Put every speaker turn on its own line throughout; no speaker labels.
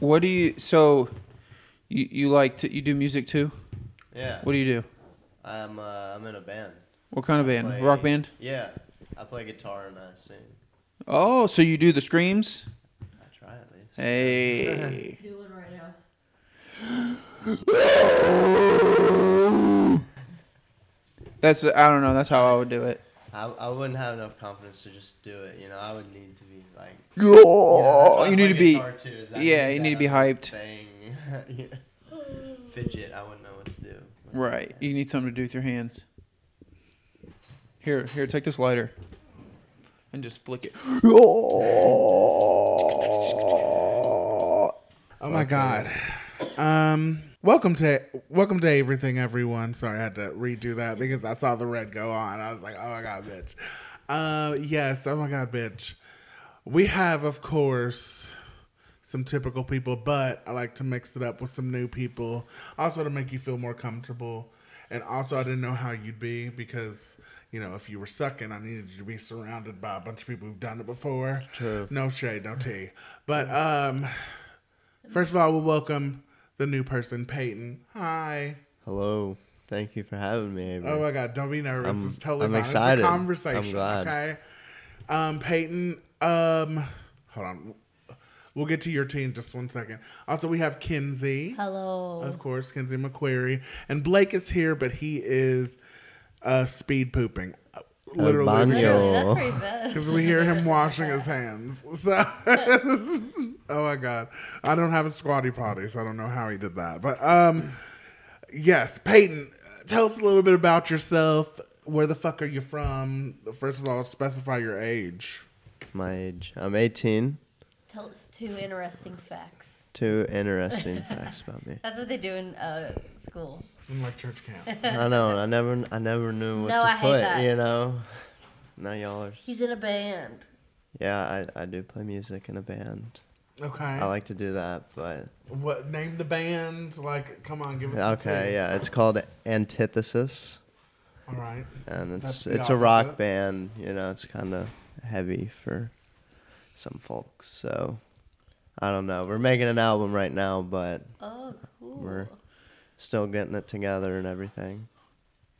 what do you? So, you you like to you do music too?
Yeah.
What do you do?
I'm uh, I'm in a band.
What kind of band?
Play-
Rock band?
Yeah. I play guitar and I sing.
Oh, so you do the screams?
I try at least.
Hey.
Do one right now.
That's I don't know. That's how I would do it.
I, I wouldn't have enough confidence to just do it. You know, I would need to be like.
Oh, you need to be. yeah, you need to be hyped.
Thing. yeah. Fidget. I wouldn't know what to do.
Right. You need something to do with your hands. Here, here, take this lighter. And just flick it.
Oh my god. Um welcome to welcome to everything everyone. Sorry I had to redo that because I saw the red go on. I was like, "Oh my god, bitch." Uh yes, oh my god, bitch. We have of course some typical people, but I like to mix it up with some new people also to make you feel more comfortable. And also I didn't know how you'd be because you know, if you were sucking, I needed you to be surrounded by a bunch of people who've done it before.
True.
No shade, no tea. But um First of all, we welcome the new person, Peyton. Hi.
Hello. Thank you for having me. Avery.
Oh my God, don't be nervous.
I'm-
it's totally
I'm
fine.
excited.
It's a
I'm
conversation.
glad.
Okay. Um, Peyton. Um, hold on. We'll get to your team just one second. Also, we have Kinsey,
Hello.
of course, Kinsey McQuarrie, and Blake is here, but he is uh, speed pooping.
baño.
we-
Yo.
That's pretty bad.
because we hear him washing his hands. So, oh my god, I don't have a squatty potty, so I don't know how he did that. But um, yes, Peyton, tell us a little bit about yourself. Where the fuck are you from? First of all, specify your age.
My age. I'm 18.
Tell us two interesting facts.
Two interesting facts about me.
That's what they do in uh, school.
I'm like church camp.
I know. I never. I never knew what
No,
to
I hate
put.
that.
You know. Now y'all are.
He's in a band.
Yeah, I, I do play music in a band.
Okay.
I like to do that, but
what name the band? Like, come on, give us. the
okay,
two.
yeah, it's called Antithesis,
All right.
and
That's
it's
the
it's a rock
opposite.
band. You know, it's kind of heavy for some folks. So I don't know. We're making an album right now, but
Oh, cool.
We're- still getting it together and everything.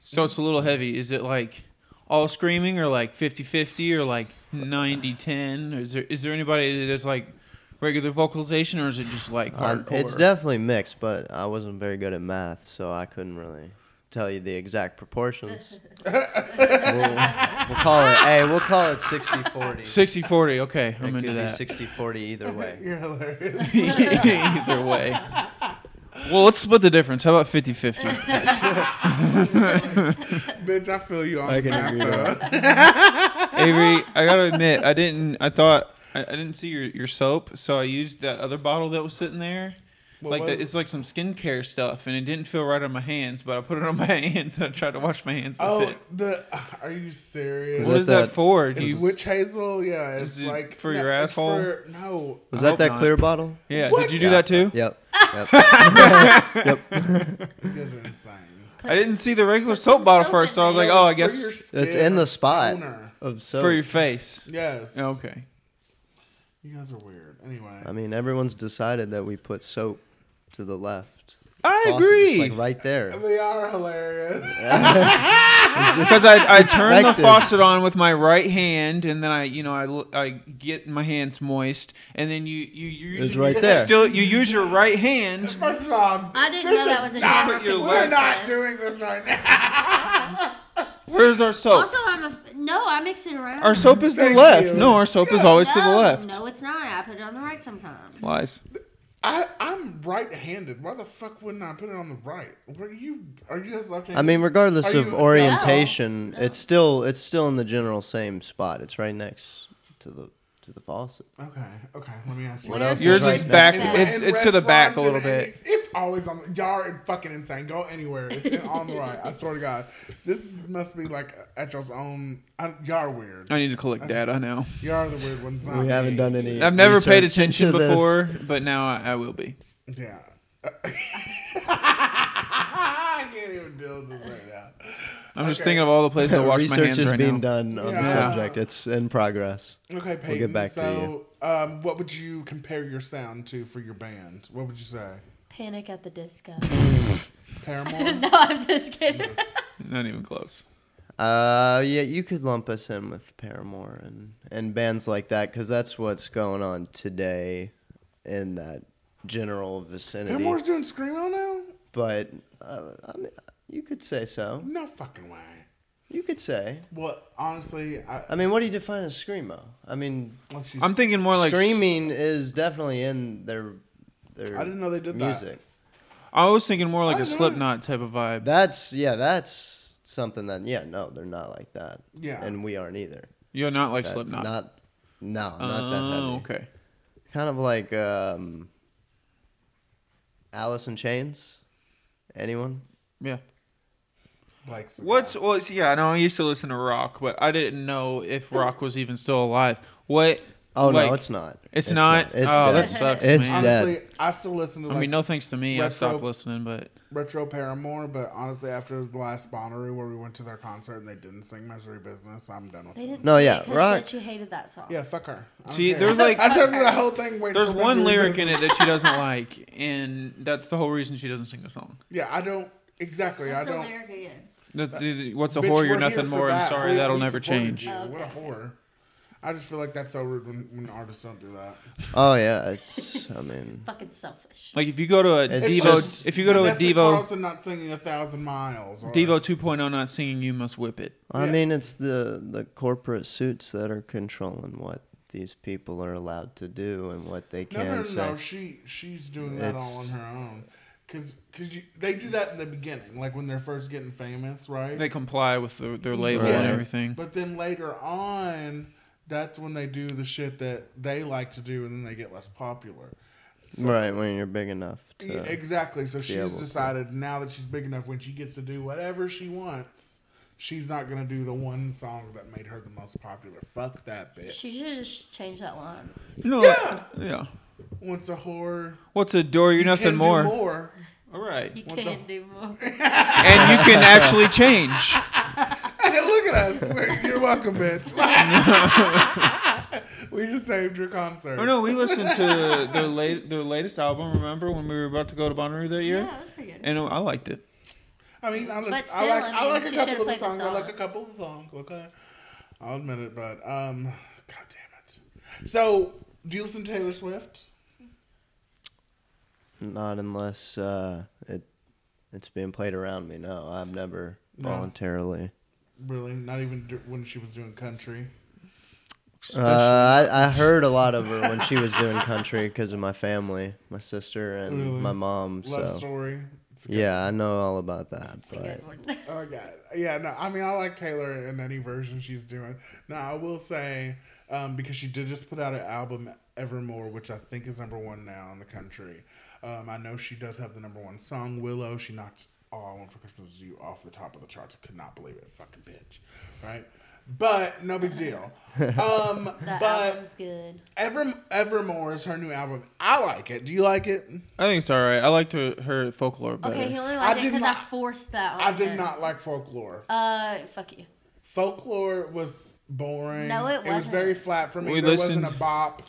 So it's a little heavy. Is it like all screaming or like 50-50 or like 90-10? Or Is there is there anybody that does like regular vocalization or is it just like
Um,
hardcore?
it's definitely mixed, but I wasn't very good at math, so I couldn't really tell you the exact proportions. we'll, we'll call it. Hey, we'll call it 60-40.
60-40. Okay,
It
I'm
could
into
be
that.
60-40 either way.
You're hilarious.
Either way. Well, let's split the difference. How about 50-50?
Bitch, I feel you on
I
the
can agree
map,
with
though.
Avery, I gotta admit, I didn't. I thought I, I didn't see your, your soap, so I used that other bottle that was sitting there.
What
like
was
the,
it?
it's like some skincare stuff, and it didn't feel right on my hands. But I put it on my hands, and I tried to wash my hands with
Oh,
it.
the. Are you serious?
Is
What
that
is that,
that-
for? Do
It's
you-
witch hazel, yeah. It's
Is it
like
for your
it's
asshole?
for- no,
Was
I hope
that that
not.
clear bottle?
yeah,
What?
did you do that too?
Yep. yep.
you guys are insane.
I didn't see the regular
Put some
soap bottle
soap
first,
in
so I was
there.
like, oh, I
For your
guess
skin
It's in
or
the spot
toner.
of soap.
for your face.
Yes.
Okay.
You guys are weird. Anyway,
I mean, everyone's decided that we put soap to the left.
I
Faucet,
agree.
It's like right there.
they are hilarious.
because I, I turn the
expected.
faucet on with my right hand, and then I, you know, I, l- I get my hands moist, and then you you you
It's right there.
Still, you use your right hand.
First of all,
I didn't
this
know that
is-
was a
Stop
camera
it, you
fix.
we're
We're not
process.
doing this right now.
Where's our soap?
Also, I'm a. No, I'm mixing around.
our soap is to the
Thank
left.
you.
No, our soap is always
no,
to the left.
No, it's not. I put it on the right sometimes.
Lies.
I, I'm right-handed. Why the fuck wouldn't I put it on the right? Were you? Are you guys left-handed?
I mean, regardless
Are
of
you-
orientation,
No.
it's still it's still in the general same spot. It's right next to the to the faucet.
Okay. Okay. Let me ask you.
What else is
Yours
right
is
next
back.
to
In-
it?
It's
in
it's to the back a
restaurants
little
and
bit.
any- it's always on. Y'all are fucking insane. Go anywhere. It's in- on the right. I swear to God, this is, must be like at y'all's own. I, y'all are weird.
I need to
Uh,
collect data now.
Y'all are the weird ones. Not
We
me.
haven't done any.
I've never paid
research
attention
into this.
before, but now I, I will be.
Yeah. I can't even deal with this right now.
I'm just
Okay.
thinking of all the places I wash my
Research
hands
is
right
being
now.
done on
Yeah.
the subject. It's in progress.
Okay, Peyton.
back to
so,
you.
Um, what would you compare your sound to for your band? What would you say?
Panic at the disco.
Paramore?
no, I'm just kidding.
Not even close.
Uh, yeah, you could lump us in with Paramore and, and bands like that because that's what's going on today in that general vicinity.
Paramore's doing screamo now?
But uh, I mean, you could say so.
No fucking way.
You could say.
Well, honestly, I,
I mean, what do you define as screamo? I mean,
well, she's,
I'm thinking more like s-
screaming is definitely in their their
I didn't know they did that.
music.
I was thinking more like
I
a
don't know.
Slipknot type of vibe.
That's yeah, that's something that yeah, no, they're not like that.
Yeah.
and we aren't either.
You're not like
That-
Slipknot.
Not no, not that heavy.
oh, okay.
Kind of like um, Alice in Chains. Anyone?
Yeah.
like some-
What's what's yeah? I know I used to listen to rock, but I didn't know if rock was even still alive. What?
Oh
like-
no, it's not.
It's, not.
It's
oh,
dead.
that sucks,
It's
man.
dead.
honestly, I still listen to
I
like
mean, no thanks to me. I
retro-
stopped listening, but
retro Paramore, but honestly, after the last Bonnaroo where we went to their concert and they didn't sing Misery Business, I'm done with
They
it.
didn't
No,
sing it
yeah,
'cause she
rock.
said She hated that song.
Yeah, fuck her. I don't
See,
care.
there's, like-
I said the whole thing. Waiting
there's
for
one
Misery
lyric
Business.
in it that she doesn't like, and that's the whole reason she doesn't sing the song.
Yeah, I don't exactly.
That's
I
a
don't.
lyric again.
That's either- what's a
Bitch,
whore?
we're
You're nothing
here for
more. I'm
that.
sorry,
We-
that'll
we
never
supported
change.
you.
Oh,
What a
okay.
whore. I just feel like that's so rude when, when artists don't do that.
Oh yeah, it's. I mean,
Fucking selfish.
Like if you go to a
It's
Devo,
just-
if you go to a
Vanessa
Devo,
Carlton not singing a thousand miles. Or,
Devo 2.0 not singing, you must whip it.
I
Yeah.
mean, it's the the corporate suits that are controlling what these people are allowed to do and what they
No,
can
no, no,
say.
no. She she's doing that all on
It's-
her own. Cause, 'cause you, they do that in the beginning, like when they're first getting famous, right?
They comply with the, their label
Yes.
and everything.
But then later on, that's when they do the shit that they like to do, and then they get less popular. So-
right when you're big enough to.
Yeah, exactly. So
able
she's
to-
decided now that she's big enough, when she gets to do whatever she wants, she's not gonna do the one song that made her the most popular. Fuck that bitch.
She should just change that line.
No,
Yeah.
yeah. Wants
Once a whore,
What's a door? You're
you
nothing
can do
more.
more.
All right,
You
What the-
can't do more.
and you can actually change.
Look at us. You're welcome, bitch. we just saved your concert.
Oh no, we listened to their late their latest album. Remember when we were about to go to Bonnaroo that year?
Yeah, that was pretty good.
And I liked it.
I mean, I,
But
listen, I like
still, I
I,
mean,
like a
she
couple
should've
of the
played the
songs. I like
song.
a couple of the songs. Okay, I'll admit it, but um, god damn it. So, do you listen to Taylor Swift?
Not unless uh, it it's being played around me. No, I've never
No.
voluntarily.
Really? Not even d- when she was doing country.
Uh, I, I heard a lot of her when she was doing country because of my family, my sister and
Really?
my mom.
Love
so
story. It's a good-
yeah, I know all about that.
It's a
But
good one.
Oh god. Yeah. No. I mean, I like Taylor in any version she's doing. Now, I will say, um, because she did just put out an album, Evermore, which I think is number one now in the country. Um, I know she does have the number one song, Willow. She knocked All I Want for Christmas Is You off the top of the charts. I could not believe it. Fucking bitch. Right. But no big deal. Um,
That
but
album's good.
Ever Evermore is her new album. I like it. Do you like it?
I think it's all right. I liked her, her folklore better.
Okay, he only
I
liked it
did
because I
not-
forced that on
I did
him.
not like Folklore.
Uh, fuck you.
folklore was boring.
No, it
It was
wasn't.
very flat for me.
We
there
listened-
wasn't a bop.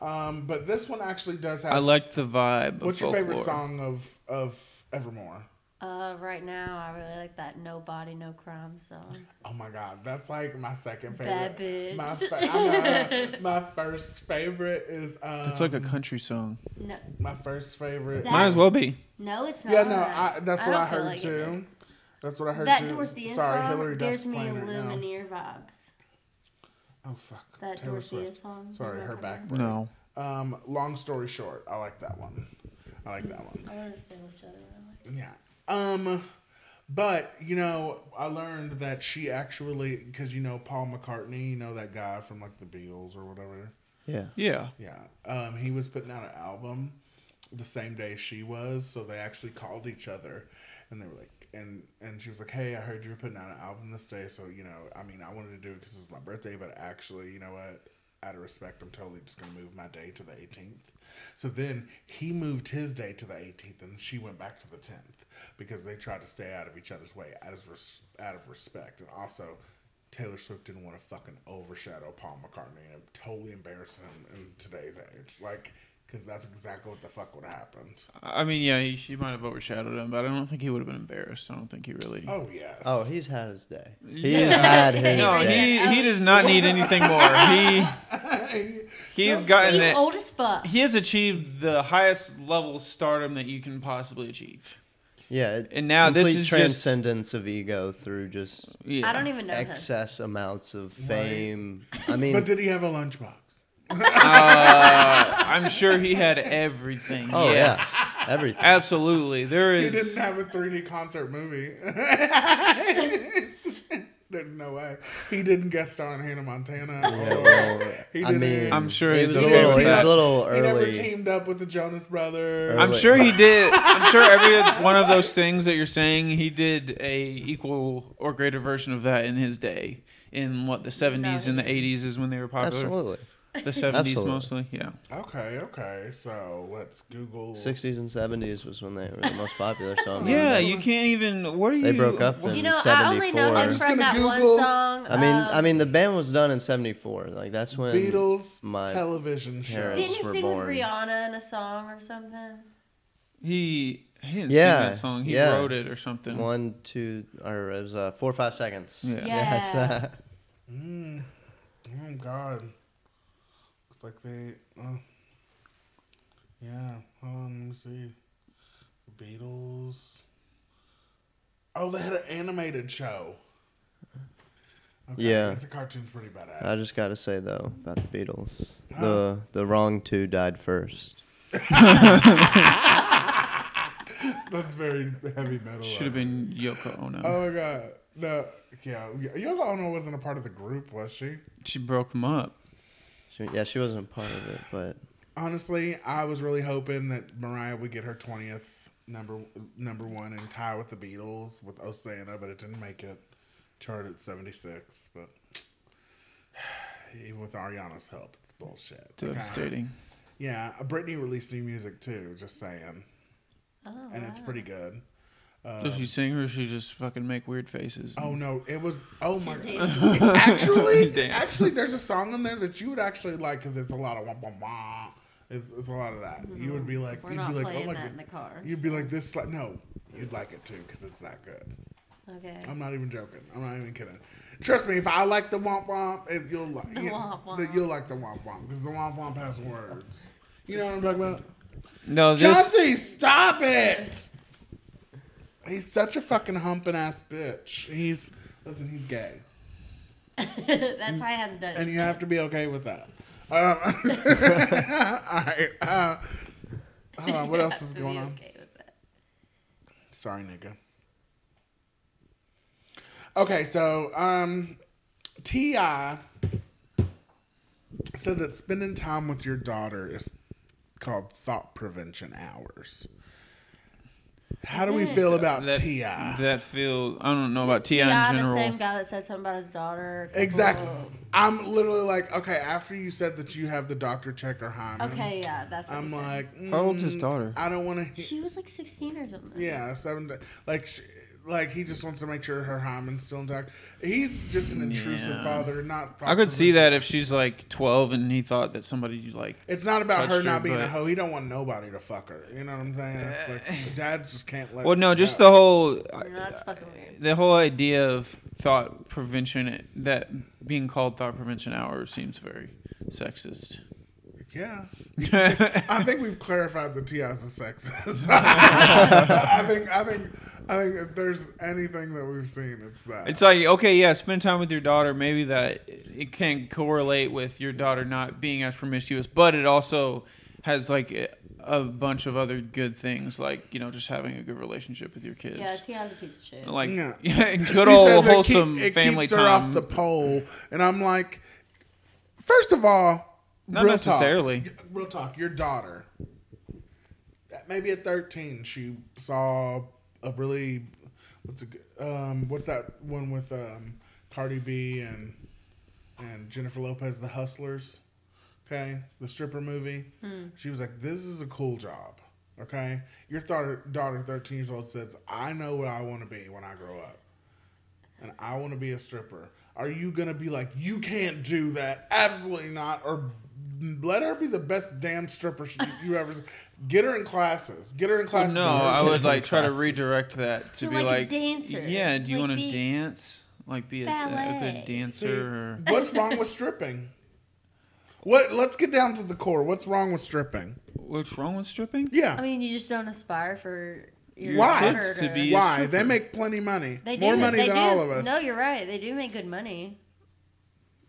Um, but this one actually does have.
I liked the vibe. Of
What's your favorite
folklore.
song of of Evermore?
Uh, right now, I really like that No Body, No Crime song.
Oh my god, that's like my second
Bad
favorite. My,
bitch.
fa- I know, I know. my first favorite is. Um,
It's like a country song.
No,
My first favorite.
That-
Might as well be.
no it's not.
Yeah, no, I, that's
I
what
don't
I
feel
heard
like it is.
too. That's what I heard
That
too.
Dorothea
Sorry,
song
Hillary
gives
Duff's
me
playing right now.
Lumineer vibes.
Oh fuck.
That
Taylor
Dorothea
Swift.
song.
Sorry,
Remember
her
that?
back. break.
No.
Um, long story short, I like that one. I like that one.
I don't understand which other one.
Yeah. Um, but you know, I learned that she actually, because you know Paul McCartney, you know that guy from like the Beatles or whatever.
yeah,
Yeah.
Yeah. Um, he was putting out an album the same day she was, so they actually called each other, and they were like. And, and she was like, "Hey, I heard you're putting out an album this day, so you know, I mean, I wanted to do it because it's my birthday, but actually, you know what? Out of respect, I'm totally just gonna move my day to the 18th." So then he moved his day to the 18th, and she went back to the 10th because they tried to stay out of each other's way out of res- out of respect, and also Taylor Swift didn't want to fucking overshadow Paul McCartney and totally embarrass him in today's age. Like, because that's exactly what the fuck would have happened.
I mean, yeah, he, she might have overshadowed him, but I don't think he would have been embarrassed. I don't think he really.
Oh, yes.
Oh, he's had his day. He's
Yeah.
had his
No,
day.
he he does not need anything more. He he's gotten
He's
it.
old as fuck.
He has achieved the highest level of stardom that you can possibly achieve.
yeah. it-
And now this
complete
is just-
transcendence of ego through just
Yeah.
I don't even know him.
excess amounts of fame. I mean,
But did he have a lunchbox?
Uh, I'm sure he had everything.
oh
yes.
yeah, everything.
Absolutely. There
He
is.
didn't have a 3D concert movie. There's no way. He didn't guest star on Hannah Montana.
Yeah,
or-
well,
he
I
didn't-
mean,
I'm sure
he
he
was
was
a
okay
little,
with
he was
that.
a little
He never
early.
teamed up with the Jonas Brothers.
I'm sure he did. I'm sure every one of those things that you're saying, he did a equal or greater version of that in his day. In what the 70s and the 80s is when they were popular.
Absolutely,
The 70s
Absolutely.
mostly. Yeah.
Okay, okay. So let's Google.
sixties and seventies was when they were the most popular. So I mean,
Yeah. You can't even. What are you?
They broke up
what-
in
You know, I only know
74. I'm
him
just
from
gonna
that
Google-
one song.
I mean,
um,
I mean, the band was done in '74. Like that's when
Beatles
my-
television show.
parents-
Didn't he
were
sing
born.
with Rihanna in a song or something?
He. He didn't
Yeah,
sing that song. He
yeah.
wrote it or something.
one, two, or it was uh, four, five seconds.
Yeah.
Yeah.
Mm. Oh God. Looks like they. Oh. Yeah. Hold on. Let me see. Beatles. Oh, they had an animated show.
Yeah.
That's a cartoon's pretty badass.
I just gotta say though about the Beatles, the the wrong two died first.
That's very heavy metal.
Should have been Yoko Ono.
Oh my God. No. Yeah. Yoko Ono wasn't a part of the group, was she?
She broke them up.
She, yeah, she wasn't part of it, but
Honestly, I was really hoping that Mariah would get her twentieth number number one and tie with the Beatles with "Oh Santa," but it didn't make it. Charted at seventy six, but even with Ariana's help, it's bullshit.
Devastating.
Oh, Yeah, uh, Britney released new music too. Just saying,
Oh,
and it's
wow.
pretty good.
Does she sing or does she just fucking make weird faces?
Oh
and-
no, it was. Oh my god.
Dance.
actually,
Dance.
actually, there's a song in there that you would actually like because it's a lot of wah wah wah. It's, it's a lot of that. You would be like,
We're
you'd
not
be like, oh
playing
my
that
god,
in the car.
You'd be like this, like no, you'd like it too because it's that good.
Okay.
I'm not even joking. I'm not even kidding. Trust me, if I like the womp womp, it, you'll like
The
you-
womp womp.
that You'll like the womp womp because the womp womp has words. You know what I'm talking about?
No, this.
Justy, stop it! He's such a fucking humping ass bitch. He's listen. He's gay,
That's why I haven't done
and
it.
you have to be okay with that. Um, all right. Uh, hold on. uh, What else is
Have to be
going on?
okay with that.
Sorry, nigga. Okay, so um T.I. said that spending time with your daughter is called thought prevention hours. How do we feel about
That-
T.I.?
That feel I don't know about Ti
Yeah,
in
the
general.
same guy that said something about his daughter.
Exactly.
Oh.
I'm literally like, okay, after you said that you have the doctor check her hymen,
Okay, yeah, that's what
I'm
he said.
like,
How old's his
mm,
daughter?
I don't want to hear.
She was like 16 or something.
Yeah, seven. da- Like, sh like he just wants to make sure her hymen's still intact. He's just an intrusive
Yeah.
father, not.
I could see
thought-provoking.
that if she's like 12 and he thought that somebody like
It's not about her
touched her,
not being a
but-
hoe. He don't want nobody to fuck her. You know what I'm saying? It's like dads just can't let.
well no just
go.
the whole uh,
No, that's fucking weird.
the whole idea of thought prevention that being called thought prevention hour seems very sexist.
Yeah,
yeah,
I think we've clarified the Ti's and sexes. I think, I think, I think if there's anything that we've seen, it's that.
it's like okay, yeah, spend time with your daughter. Maybe that it can correlate with your daughter not being as promiscuous, but it also has like a- a bunch of other good things, like you know, just having a good relationship with your kids.
Yeah, Tia's a piece of shit.
like
Yeah.
yeah. good
He says
old
it keep-
wholesome
it
family
keeps her
time.
off the pole, and I'm like, first of all,
Not
real
necessarily.
Talk, real talk. Your daughter, maybe at 13, she saw a really what's a, g- um what's that one with um Cardi B and and Jennifer Lopez, The Hustlers. Okay, the stripper movie. She was like, "This is a cool job." Okay, your daughter, daughter, thirteen years old, says, "I know what I want to be when I grow up." and I want to be a stripper, are you going to be like, you can't do that? Absolutely not. Or let her be the best damn stripper she, you ever Get her in classes. Get her in
Well,
classes.
no,
and
I
get
would
her in
like try to
classes.
redirect that to
To,
be
like, a
like
dancer.
Yeah, do you
Like,
want to
be-
dance? Like be a, a
Ballet.
good dancer? Or,
What's wrong with stripping? What? Let's get down to the core. What's wrong with stripping?
what's wrong with stripping?
Yeah.
I mean, you just don't aspire for your
Why?
partner
Kids
to
to be-
Why?
stripper.
They make plenty money.
They do.
More money
they
than
do.
all of us.
No, you're right. They do make good money.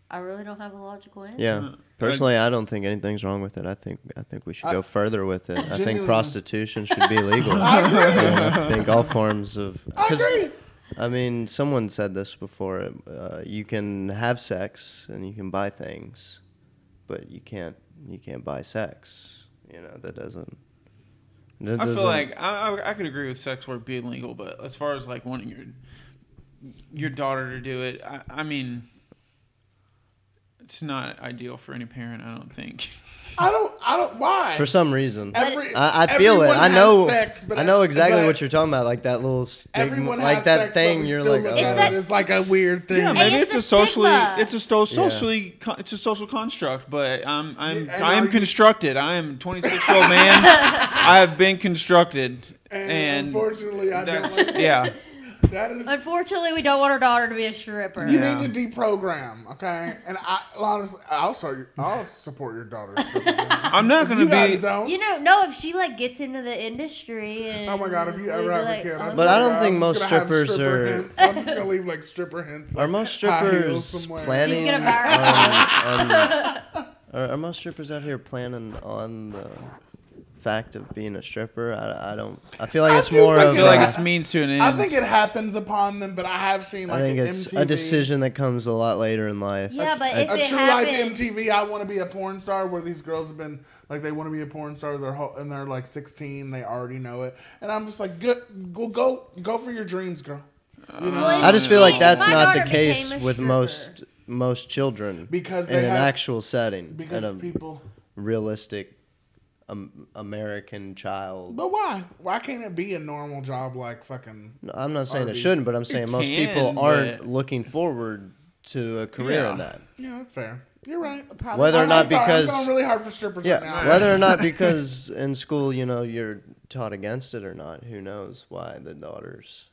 I really don't have a logical answer.
Uh,
Yeah. Personally, I don't think anything's wrong with it. I think I think we should
I-
go further with it. I think
Genuinely.
prostitution should be legal.
I agree.
And I think all forms of.
I
'cause,
agree.
I mean, someone said this before. Uh, you can have sex and you can buy things, but you can't you can't buy sex. You know that doesn't. that
I feel
doesn't-
like I, I, I could agree with sex work being legal, but as far as like wanting your your daughter to do it, I, I mean, it's not ideal for any parent. I don't think.
I don't. I don't. Why?
for some reason.
Every-
I, I feel it.
everyone
I
has
know.
sex, but
I know
I-
exactly
but
what you're talking about. Like that little stigma,
Everyone
like
has
that
sex,
thing.
But we
You're
still
like,
look
oh,
It's
at
a-
it as like a weird thing.
Yeah,
And
maybe it's
it's a
a socially
stigma.
it's a sto-
Yeah.
socially con- it's a social construct, but I'm I'm
Yeah, and
I
are
am
you-
constructed. I am 26 year old man. I have been constructed,
and,
and,
unfortunately, I don't
that's
like that.
yeah.
That is.
Unfortunately, we don't want our daughter to be a stripper.
You
Yeah.
need to deprogram, okay? And I honestly, I'll start, I'll support your daughter's.
I'm not gonna
you guys
be.
don't.
You know, no. If she like gets into the industry, and
Oh my god! If you
we'd
ever
be
have
like,
a kid,
oh.
But I
swear
don't
to God,
think
I'm just
most
gonna have
strippers
stripper
are-
Hints. I'm just gonna leave like stripper hints.
Are
like,
most
high heels
strippers
somewhere.
planning
He's gonna
on, on- are, are most strippers out here planning on the fact of being a stripper? I, I don't. I feel like
I
it's
do
more
think
I
of.
feel like
a-
it's means to an end.
I think it happens upon them, but I have seen
I
like
think
an
it's
MTV,
a decision that comes a lot later in life.
Yeah, but
I-
if
a
it
true
happened-
life MTV. I want to be a porn star, where these girls have been like they want to be a porn star their whole, and they're like 16, they already know it, and I'm just like, good, go, go, go for your dreams, girl. You know?
Well,
Uh-huh. I just feel like
My
that's not the
daughter became
case
a
with
stripper.
most most children
Because
in
they
an
have-
actual setting, in a
because people.
realistic um, American child.
But why? Why can't it be a normal job like fucking?
No, I'm not saying it
Arby's.
shouldn't, but I'm saying most
can,
people
but-
aren't looking forward to a career in
Yeah.
that.
Yeah, that's fair. You're right.
Probably
Whether or
I'm
not
sorry,
because-
I'm going really hard for strippers right
Yeah,
now.
whether or not because in school, you know, you're taught against it or not, who knows why the daughters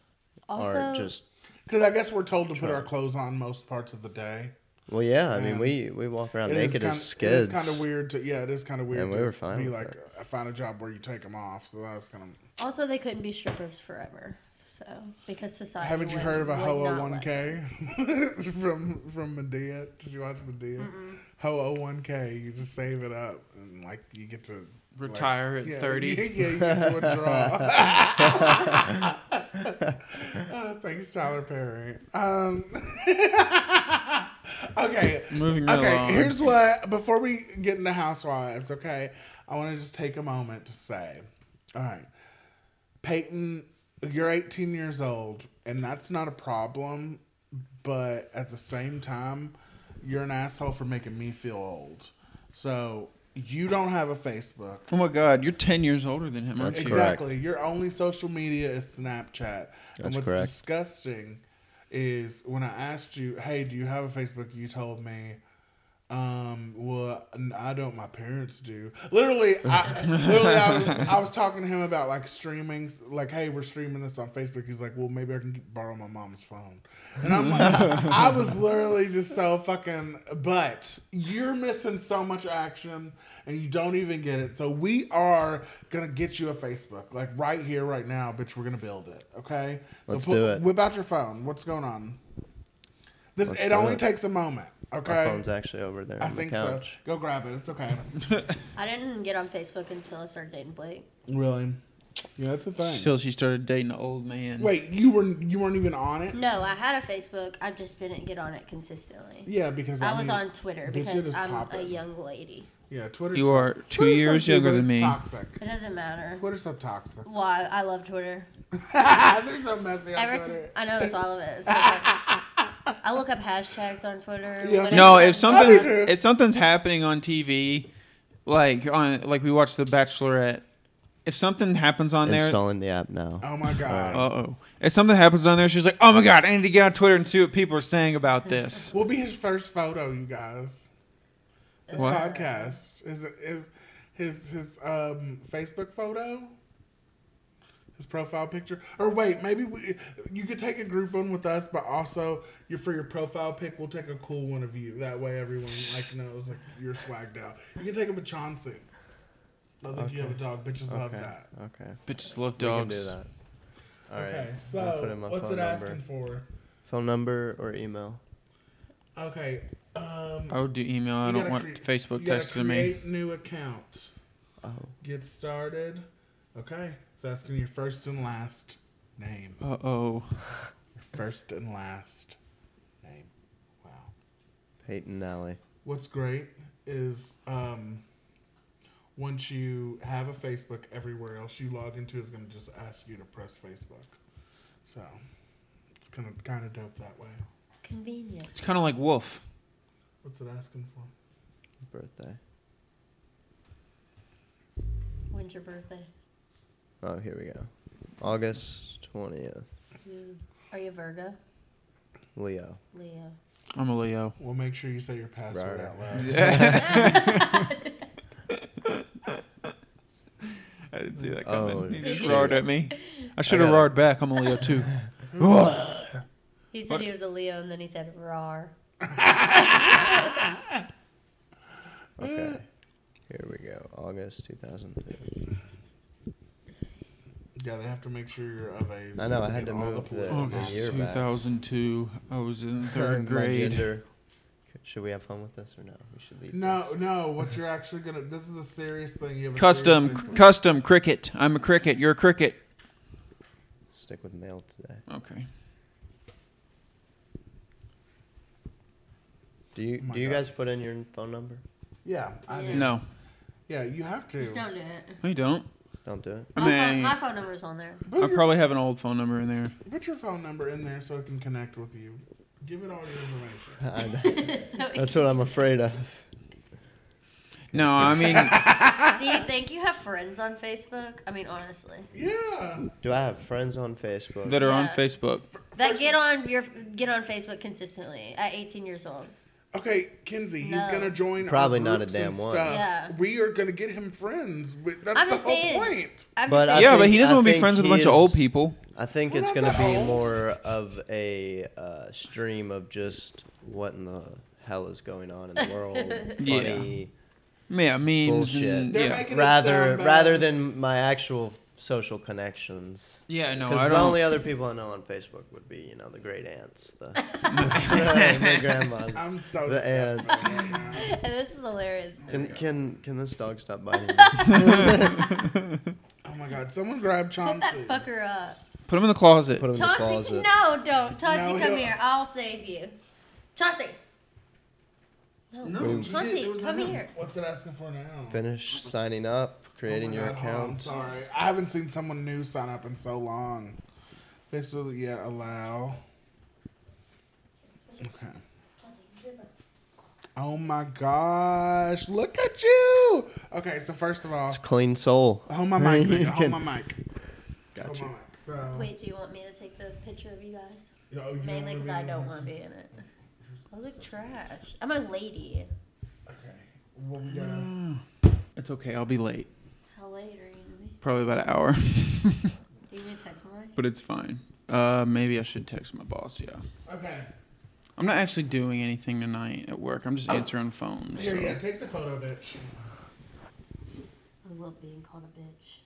aren't
Also-
just.
Because I guess we're told to put our clothes on most parts of the day.
Well, yeah, I mean,
Yeah.
we we walk around naked
kinda,
as skids.
It is kind of weird to yeah, it is kind of weird.
And we
to
were fine
Be
with
like uh, find a job where you take them off. So that was kind of.
Also, they couldn't be strippers forever. So, because society.
Haven't you heard of a
would- would
Hoa
not
One
let-
K from from Medea? Did you watch Medea? Hoa One K. You just save it up and like you get to. like-
Retire at
yeah,
30.
Yeah, you get to withdraw. Uh, thanks, Tyler Perry. Um, okay,
Moving right
Okay,
along.
here's what. Before we get into Housewives, okay, I want to just take a moment to say, all right, Peyton, you're 18 years old, and that's not a problem, but at the same time, you're an asshole for making me feel old. So you don't have a Facebook.
Oh my God, you're 10 years older than him, aren't
That's
you?
correct.
Exactly. Your only social media is Snapchat. and
That's
what's
correct.
disgusting is when I asked you, "Hey, do you have a Facebook?" You told me, um, "Well, n- I don't. My parents do." Literally, I, literally, I was I was talking to him about like streaming, like, "Hey, we're streaming this on Facebook." He's like, "Well, maybe I can get- borrow my mom's phone," and I'm like, I was literally just so fucking. But you're missing so much action, and you don't even get it. So we are gonna get you a Facebook, like right here, right now, bitch. We're gonna build it, okay?
Let's
so
do it.
Whip out your phone. What's going on? This
Let's
it
do
only
it.
takes a moment.
My
Okay.
phone's actually over there
I
on the
think
couch.
so. Go grab it. It's okay.
I didn't get on Facebook until I started dating Blake.
really? Yeah, that's the thing.
Till she started dating an old man.
Wait, you were you weren't even on it?
No, I had a Facebook. I just didn't get on it consistently.
Yeah, because I,
I was
mean,
on Twitter
bitch, it
because
is
I'm a
popping.
young lady.
Yeah, Twitter.
You are two years younger than me.
Toxic.
It doesn't matter.
Twitter's so toxic.
Why? I love Twitter.
They're so messy on
Ever
Twitter.
I know that's all of it. It's so much. I look up hashtags on Twitter.
Yeah.
when
No,
I-
if something's
Either.
if something's happening on TV, like on like we watched The Bachelorette, if something happens on there,
Installing the app now.
Oh my god.
uh oh, if something happens on there, she's like, oh my god, I need to get on Twitter and see what people are saying about this.
will be his first photo, you guys. This
What?
podcast is is his his um Facebook photo, his profile picture. Or wait, maybe we, you could take a group one with us, but also you for your profile pic, we'll take a cool one of you. That way, everyone like knows like you're swagged out. You can take him a Chauncey. I think you have a dog. Bitches love
okay.
that.
Okay.
Bitches love
We can do
dogs.
that. All right.
okay,
I'll put in
so
my
what's
phone
it
number.
asking for?
Phone number or email?
Okay. Um,
I would do email. I
You
don't
gotta
want
crea-
Facebook
you gotta
texting me.
create New account.
Oh.
Get started. Okay. It's asking your first and last name.
Uh oh.
Your first and last name. Wow.
Peyton Alley.
What's great is um, once you have a Facebook, everywhere else you log into is going to just ask you to press Facebook. So it's kind of kind of dope that way.
Convenient.
It's kind of like Wolf.
What's it asking for?
Birthday.
When's your birthday?
Oh, here we go. August 20th.
Are you Virgo?
Leo.
Leo.
I'm a Leo.
Well, make sure you say your password
Right.
out loud.
I didn't see that
Oh,
coming. he just
shit.
roared at me. I should have
gotta-
roared back. I'm a Leo too.
He said
What-
he was a Leo, and then he said "rar."
Mm.
Okay. Here we go. August 2002.
Yeah, they have to make sure you're of age.
I
so
know,
they
I had
get
to
all
move
the
the-
full-
August
year back.
2002. I was in
My
third grade.
gender. Okay, Should we have fun with this or no? We should leave.
No,
this.
no. What you're actually gonna? This is a serious thing. You have a
Custom,
serious
c-
thing to-
custom cricket. I'm a cricket. You're a cricket.
Stick with male today.
Okay.
Do you
Oh my
do you
God.
guys put in your phone number?
yeah, I
Yeah.
do.
No,
Yeah, you have to.
Just don't do it.
I don't.
Don't do it.
My, phone,
I
my
mean,
phone number's on there.
Put
I
your,
probably have an old phone number in there.
put your phone number in there so it can connect with you. Give it all your
I
information.
know.
so
That's what I'm afraid of.
No, I mean,
do you think you have friends on Facebook? I mean, honestly,
Yeah.
Do I have friends on Facebook?
that are on
Yeah.
Facebook.
that get on your get on Facebook consistently at 18 years old.
Okay, Kinsey, he's
No.
gonna join. our
Probably not a
groups and
damn one.
stuff.
Yeah.
We are gonna get him friends. We- That's
I'm
the
just
whole
saying.
point.
I'm
But
just
I
saying,
yeah, but he
think-
doesn't
I
want to be
think
friends with a
he
bunch of
is-
old people.
I think
We're
it's
not
gonna
that
be
old.
more of a uh, stream of just what in the hell is going on in the world.
Yeah.
Funny.
Yeah, memes.
Bullshit.
And,
They're
yeah.
making- It
Rather
sound bad.
rather than my actual social connections.
Yeah, no, I
Because the
don't.
only other people I know on Facebook would be, you know, the great aunts, the, my grandmas.
I'm so
The
disgusted.
ads.
right now.
this is hilarious.
Can can can this dog stop biting me?
Oh my god! Someone grab
Put
Chauncey.
that fucker up.
Put him in the closet.
Put him in the
Chauncey,
closet.
no, don't. Chauncey, come
No, he'll-
here. I'll save you. Chauncey. No,
No, you did-
Chauncey,
it was
come
him.
here.
What's it asking for now?
Finish signing up, creating
Oh my
your
God, I'm
account.
sorry, I haven't seen someone new sign up in so long. This will yeah allow. Okay. Oh my gosh! Look at you. Okay, so first of all,
It's clean soul.
hold my mic. nigga,
Can-
Hold my mic. Hold
Gotcha.
my mic. So,
Wait, do you want me to take the picture of you guys?
you know, you don't
Mainly
wanna
because
be
I
in
don't
the-
want to be in it. I look trash. I'm a lady.
Okay. Well, we
Mm.
gotta.
It's okay. I'll be late.
How late are you gonna be?
Probably about an hour.
Do you need to text me?
but it's fine. Uh, maybe I should text my boss. Yeah.
Okay.
I'm not actually doing anything tonight at work. I'm just answering phones.
Oh. Here,
so-
yeah. Take the photo, bitch.
I love being called a bitch.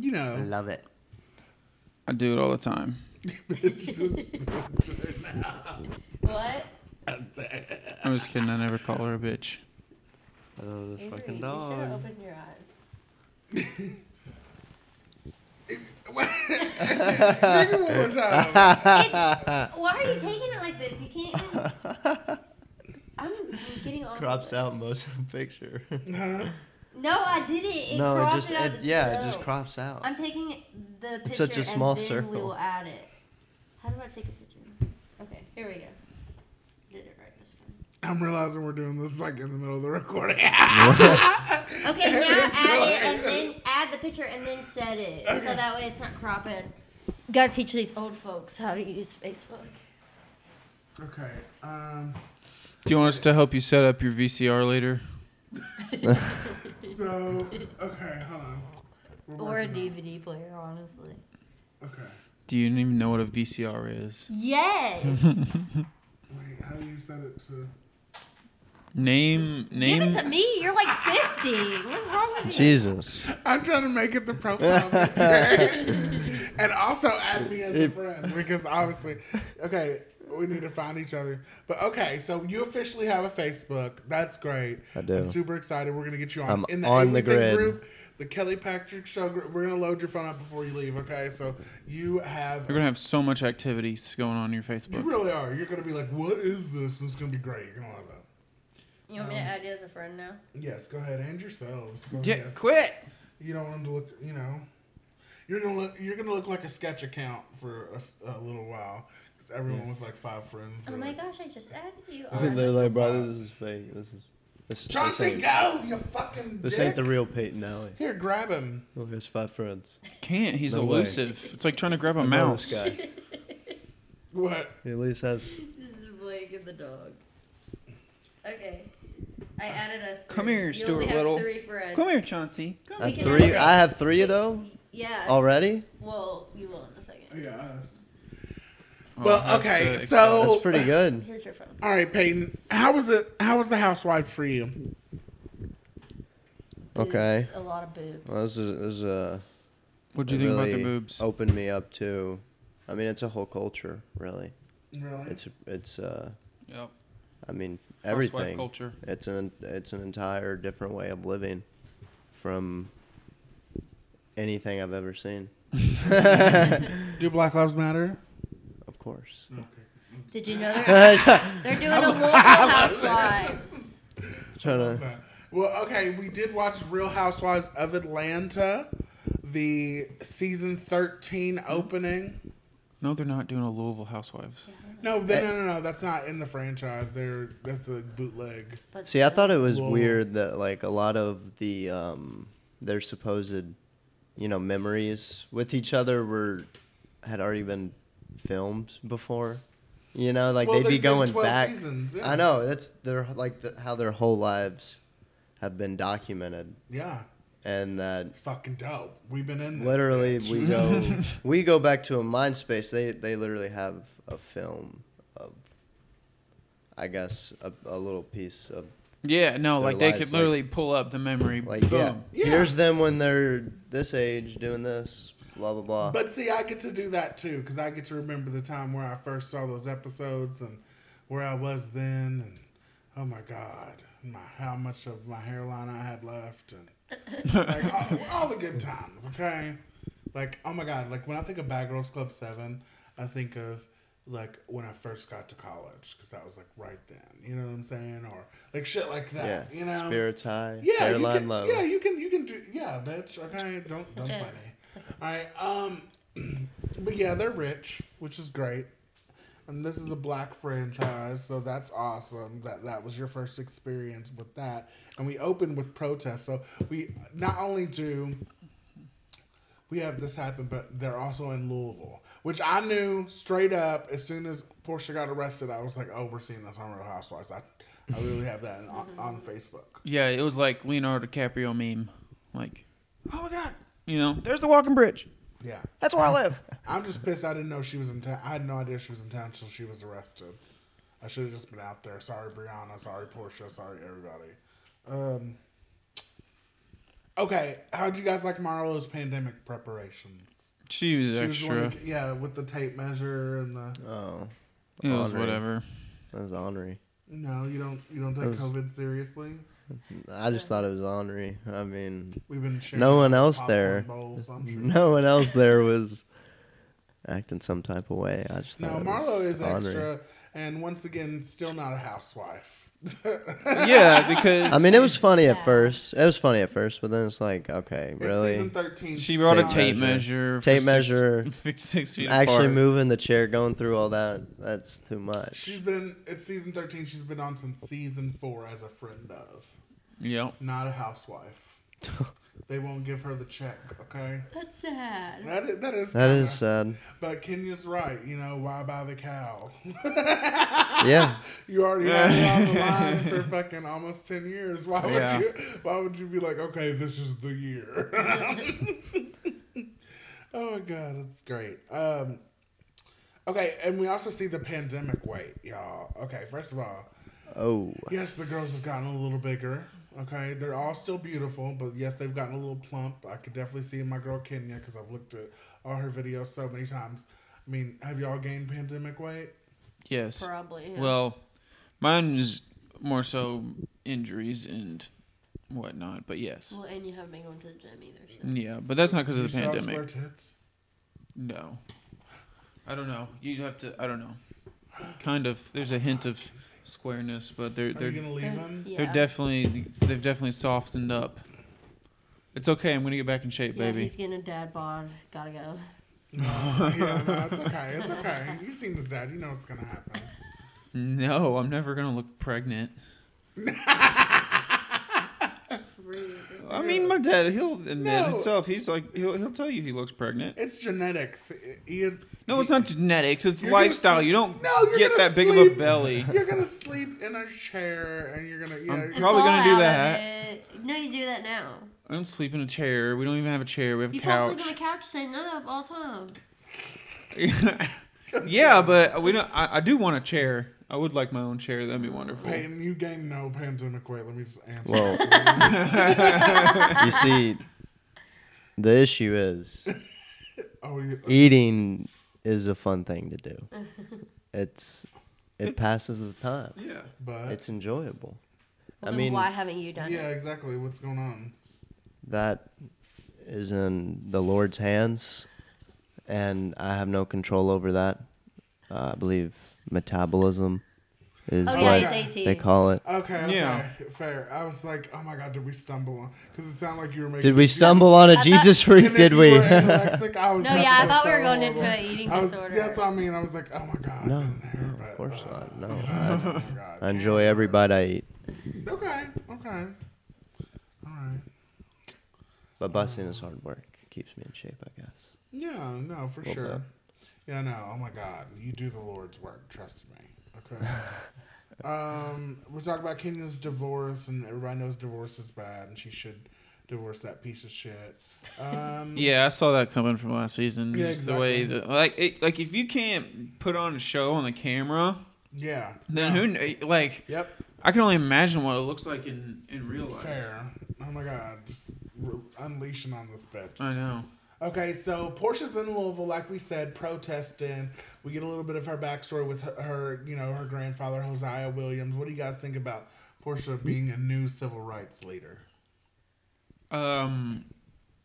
You
I
know.
love it.
I do it all the time.
What?
I'm just kidding. I never call her a bitch.
I love this
Avery,
fucking
you should have
dog.
opened your eyes.
Take it one more time.
Why are you taking it like this? You can't. I'm getting on.
Crops out most of the picture.
Huh?
No, I did it. It
no, it
cropped
just
it out.
it, yeah, it just
No.
crops out.
I'm taking the picture
It's such a small
and then we
circle.
will add it. How do I take a picture? Okay, here we go. Did it right this time.
I'm realizing we're doing this like in the middle of the recording.
Okay, now add it and then add the the picture and then said it, so that way it's not cropping. Gotta teach these old folks how to use Facebook.
Okay. Um,
Do you want us to help you set up your VCR later?
so, okay, hold on. We're
Or a
working on-
DVD player, honestly.
Okay.
Do you even know what a VCR is?
Yes!
Wait, how do you set it to.
Name
Give
name
it to me. You're like 50. What's wrong with you?
Jesus.
I'm trying to make it the profile picture. and also add me as a friend because obviously, okay, we need to find each other. But okay, so you officially have a Facebook. That's great.
I do.
I'm super excited. We're gonna get you on
I'm
in the
on the grid.
Everything group. The Kelly Patrick Show group. We're gonna load your phone up before you leave. Okay, so you have.
You're gonna have so much activities going on in your
You
Facebook.
really are. You're gonna be like, what is this? It's gonna be great. You're gonna love it.
You want me
Um,
to add you as a friend now?
Yes, go ahead and yourselves. So,
Get
yes.
quit.
You don't want them to look, you know. You're gonna look. You're gonna look like a sketch account for a f- a, little while because everyone with like five friends.
Oh
are
my
like,
gosh, I just added you.
They're
on.
like, brother, this is fake. This is. This, this,
Johnson,
ain't,
go! You fucking.
this
dick.
ain't the real Peyton Alley.
Here, grab him.
Oh, he has five friends.
Can't. He's
No way.
elusive. It's like trying to grab a
I know this
mouse.
guy.
What?
He at least has.
This is Blake and the dog. Okay. I added us.
Come
three.
here,
you
Stuart
only have
Little.
Three friends.
Come here, Chauncey.
Come,
I
we
have
can
three.
it.
I have three of though
Yes.
already.
Well, you will in a second.
Yes.
Oh, I
Well,
have
okay.
to-
So
That's pretty good.
Here's your phone.
All right, Peyton. How was it? How was the housewife for you?
Okay.
Boobs, A lot of boobs.
Well, this is, this is uh,
What do you
it
think about the
really Oh.
boobs?
Opened me up to. I mean, it's a whole culture, really.
Really?
It's it's. uh
Yep.
I mean,
Housewife
everything.
culture.
It's an it's an entire different way of living from anything I've ever seen. of
Do Black Lives Matter?
course.
Did you know they're,
Tryna-
they're doing a local housewives?
tryna-
Well, okay, we did watch Real Housewives of Atlanta, the season 13 opening.
No, they're not doing a Louisville Housewives.
No,
Eh.
they, no, no, no, that's not in the franchise. They're that's a bootleg.
But
See, I
still.
thought it was
Whoa.
weird that like a lot of the um their supposed you know memories with each other were had already been filmed before. You know, like
Well,
they'd be
there's been
going
12
back.
seasons, yeah.
I know that's their like the, how their whole lives have been documented,
Yeah,
and that
it's fucking dope. We've been in this
literally
bitch.
we go we go back to a mind space they they literally have a film of i guess a, a little piece of
Yeah, no,
Their
like they
lives,
could
like-
literally pull up the memory.
like
boom.
yeah,
Yeah.
here's them when they're this age doing this blah blah blah
But see, I get to do that too because I get to remember the time where I first saw those episodes and where I was then, and oh my god, my how much of my hairline I had left, and like all, all the good times. Okay, like oh my god, like when I think of Bad Girls Club Seven, I think of like when I first got to college because that was like right then. You know what I'm saying? Or like shit like
yeah
that. You know,
spirits high
yeah, you
hairline
can,
low
Yeah, you can you can do yeah, bitch. Okay, don't don't play me. All right. Um but yeah, they're rich, which is great. And this is a black franchise, so that's awesome. That that was your first experience with that. And we opened with protests. So we not only do we have this happen, but they're also in Louisville, which I knew straight up as soon as Portia got arrested. I was like, oh, we're seeing this on Real Housewives. I, I literally have that on, on Facebook.
Yeah, it was like Leonardo DiCaprio meme. Like, oh my god, you know, there's the walking bridge.
Yeah.
That's where I live.
I'm just pissed I didn't know she was in town. I had no idea she was in town until she was arrested. I should have just been out there. Sorry, Brianna. Sorry, Portia. Sorry, everybody. Um, okay, how'd you guys like Marlo's pandemic preparations?
She was
She was the
extra.
one who- yeah, with the tape measure and the
oh
it was
Honoring.
whatever.
that was ornery
no, you don't you don't take
Those-
COVID seriously.
i just thought it was ornery i mean
We've been sharing
no one else
popcorn
there
Bowls, I'm sure.
no one else there was acting some type of way i just
No,
thought it
Marlo
was
is
ornery.
extra, and once again, still not a housewife.
yeah, because
I mean, it was funny
Yeah.
at first. It was funny at first, but then it's like, okay,
It's
really?
Season thirteen.
she brought a
Tape
tape measure.
measure.
for
Tape
six-
measure.
for six feet
Actually,
apart.
moving the chair, going through all that, that's too much.
She's been it's season thirteen. She's been on since season four as a friend of,
Yep.
not a housewife. They won't give her the check, okay?
That's sad.
That is, that is,
That
kinda-
is sad.
But Kenya's right. You know, why buy the cow?
Yeah.
You already had it on the line for fucking almost ten years. Why would
Yeah.
you? Why would you be like, okay, this is the year? oh my god, that's great. Um, okay, and we also see the pandemic weight, y'all. Okay, first of all,
Oh.
yes, the girls have gotten a little bigger. Okay, they're all still beautiful, but yes, they've gotten a little plump. I could definitely see my girl Kenya because I've looked at all her videos so many times. I mean, have y'all gained pandemic weight?
Yes.
Probably. yeah.
Well, mine's more so injuries and whatnot, but yes.
Well, and you haven't been going to the gym either. So.
Yeah, but that's not because of the
You saw
pandemic.
square tits?
No. I don't know. You have to. I don't know. Kind of. There's a hint of squareness, but they're
Are
they're
you gonna leave him?
yeah.
they're definitely they've definitely softened up. It's okay. I'm gonna get back in shape,
Yeah,
baby.
he's getting a dad bod. Gotta go.
yeah, no, it's okay. It's okay. You've seen his dad. You know what's gonna happen.
No, I'm never gonna look pregnant.
That's rude.
I mean, my dad. He'll admit
No.
himself. He's like he'll he'll tell you he looks pregnant.
It's genetics. He is-
No, it's not genetics. It's
You're gonna
lifestyle.
sleep-
You don't
No, you're
get
gonna
that big of a
sleep.
belly.
You're gonna sleep in a chair, and you're gonna.
I'm
Yeah,
Probably
Fall
gonna do
out of
that.
it. No, you do that now.
I don't sleep in a chair. We don't even have a chair. We have a
You fall
couch.
asleep on the couch sitting up all the time.
yeah, but we don't. I, I do want a chair. I would like my own chair. That'd be wonderful.
Peyton, you gain no pandemic weight. Let me just answer.
Well, you see, the issue is
oh, you,
eating is a fun thing to do. It's it passes the time.
Yeah.
but
It's enjoyable.
Well,
I
then
mean,
why haven't you done
yeah,
it?
exactly. What's going on?
that is in the Lord's hands, and I have no control over that. Uh, I believe metabolism is
Oh,
what
yeah,
he's
18.
they call it.
Okay, okay,
Yeah.
fair. I was like, oh my god, did we stumble on? Because it sounded like you were making.
Did we stumble on a
thought-
Jesus freak? Did we?
No, yeah, I thought we were going into an eating
I was,
disorder.
That's what I mean. I was like, oh my god.
No,
in there,
no,
but,
of course
uh,
not. No,
oh
I,
my God.
I enjoy every bite I eat,
Okay, okay. All right.
but busting is hard work. It keeps me in shape, I guess.
Yeah, no, for
Well
sure.
done.
Yeah, no. Oh my God, you do the Lord's work. Trust me. Okay. um, we're talking about Kenya's divorce, and everybody knows divorce is bad, and she should divorce that piece of shit. Um,
Yeah, I saw that coming from last season.
Yeah,
just the way
exactly.
that like it, like if you can't put on a show on the camera,
Yeah.
then
no.
who who like
Yep.
I can only imagine what it looks like in in real life.
Fair. Oh my God, just re- unleashing on this bitch.
I know.
Okay, so Portia's in Louisville, like we said, protesting. We get a little bit of her backstory with her- her, you know, her grandfather Hosea Williams. What do you guys think about Portia being a new civil rights leader?
Um,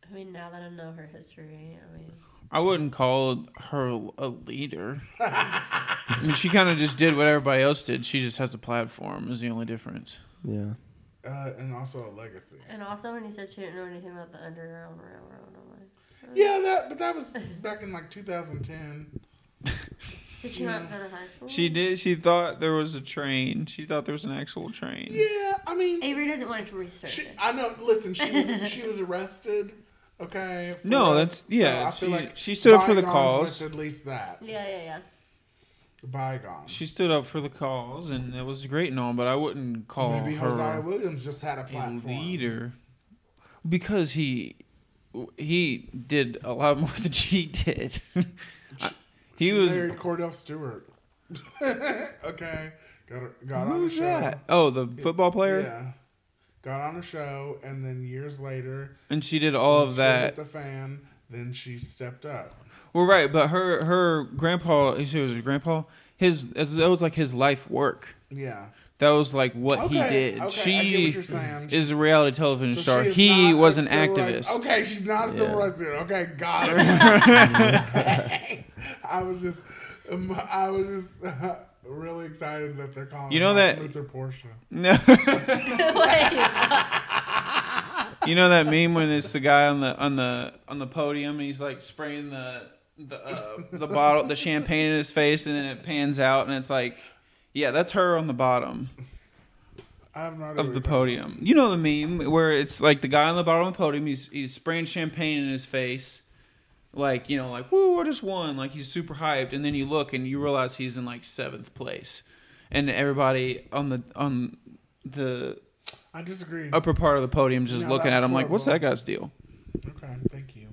I mean, now that I know her history, I mean,
I wouldn't call her a leader. I mean, she kind of just did what everybody else did. She just has a platform. Is the only difference.
Yeah.
Uh, and also a legacy.
and also when he said she didn't know anything about the Underground Railroad, I'm like,
Yeah, that but that was back in like 2010.
did she not go to high school?
She did. She thought there was a train. She thought there was an actual train.
Yeah, I mean,
Avery doesn't want to research
she,
it.
I know. Listen, she was, she was arrested. Okay. for
No,
this,
that's- yeah,
I feel
she-
like
she stood up for the
bygones with
cause.
At least that
Yeah, yeah, yeah.
bygone.
She stood up for the cause, and that was great and all, but I wouldn't call
Maybe Hosea
her
Williams just had a
a
platform.
leader because he he did a lot more than she did. I- he
She
was
married Cordell Stewart. okay, got her, got on the
who's
show.
that? Oh, the football player,
Yeah, got on a show, and then years later,
and she did all of
shit
that.
hit the fan. Then she stepped up.
Well, right, but her her grandpa, she was her grandpa. His that was like his life work.
Yeah,
That was like what he
Okay,
did.
okay, I
she
get what you're saying.
is a reality television
So
star.
she is
He
not
was
a
an
civil
activist.
rights- okay, she's not a civil
Yeah.
rights leader. Okay, got it. I was just, um, I was just uh, really excited that they're calling.
You know
her
that-
Luther Portia.
No.
Wait,
You know that meme when it's the guy on the on the on the podium and he's like spraying the the uh, the bottle the champagne in his face and then it pans out and it's like, yeah, that's her on the bottom.
I'm not
of the podium. You know the meme where it's like the guy on the bottom of the podium, he's he's spraying champagne in his face, like you know, like woo, I just won, like he's super hyped, and then you look and you realize he's in like seventh place, and everybody on the on the
I disagree.
upper part of the podium just
No,
looking
that's
at him like, what's that
horrible.
guy's deal?
Okay, thank you.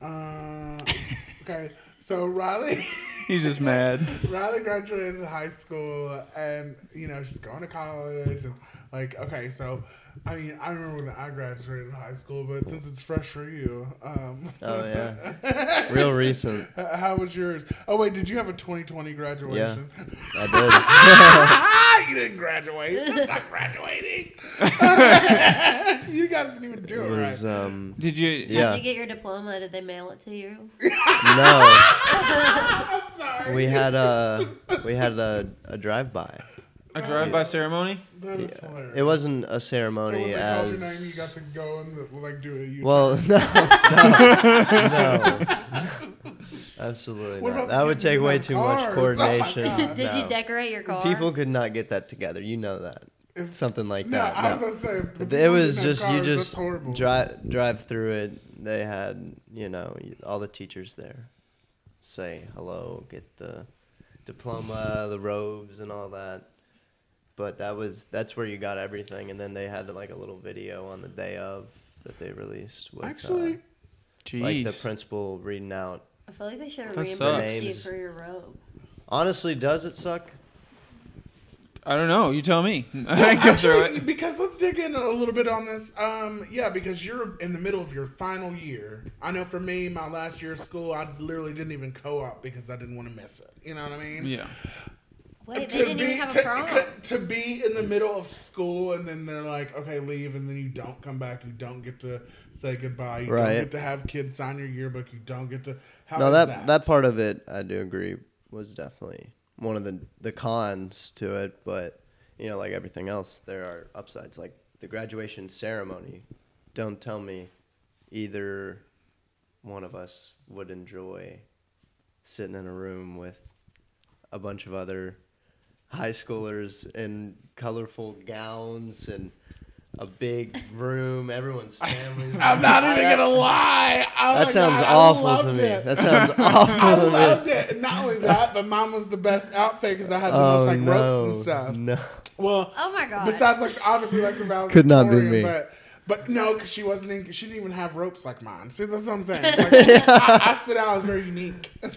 Uh, okay, so Riley,
He's just mad.
Riley graduated high school, and you know she's going to college, and like, okay, so I mean, I remember when I graduated high school, but since it's fresh for you, um,
Oh, yeah. Real recent.
h- how was yours? Oh wait, did you have a 2020 graduation?
I
Ah, you didn't graduate. That's not graduating. you guys didn't even
did.
do
It
it right.
was um
Did you?
Yeah.
Did you get your diploma? Did they mail it to you?
no.
I'm sorry.
We had a we had a, a drive by.
A drive-by ceremony.
That is hilarious.
It wasn't a
So when
ceremony
they called your name, you
as
got to go and like do a U-turn.
well. No, no, no. Absolutely
What
not.
about
That would
getting
take way
them
too
cars? Oh my
much coordination.
God.
Did you
Uh, No.
decorate your car?
People could not get that together. You know that.
If-
Something like
no, I
that.
was
no.
gonna say the people
It was
in their
just you
cars, that's
just
horrible.
drive drive through it. They had you know all the teachers there, say hello, get the diploma, the robes, and all that. But that was that's where you got everything, and then they had like a little video on the day of that they released with uh,
Actually,
Jeez.
like the principal reading out.
I feel like they should have
That
reimbursed you
sucks.
for your robe.
Honestly, does it suck?
I don't know. You tell me.
Well,
I go through
actually,
it.
because let's dig in a little bit on this. Um, yeah, because you're in the middle of your final year. I know for me, my last year of school, I literally didn't even co-op because I didn't want to miss it. You know what I mean?
Yeah.
Wait, they
to
didn't
be
even have
to,
a prom.
to be in the middle of school and then they're like, okay, leave, and then you don't come back. You don't get to say goodbye. You
Right.
don't get to have kids sign your yearbook. You don't get to. How
no,
is
that,
that
that part of it, I do agree, was definitely one of the the cons to it. But you know, like everything else, there are upsides. Like the graduation ceremony. Don't tell me either one of us would enjoy sitting in a room with a bunch of other high schoolers in colorful gowns and a big room. Everyone's families.
I'm not even gonna lie. Oh
That
my
sounds
God, I
awful to
loved
me.
it.
That sounds
I
awful to me.
loved it. And Not only that, but mine was the best outfit because I had the most like ropes and stuff.
Oh, No.
Well,
Oh my god.
besides like obviously like the valedictorian,
Could not be me.
But, but no, because she wasn't. In, she didn't even have ropes like mine. See, that's what I'm saying. Like, I, I said I was very unique.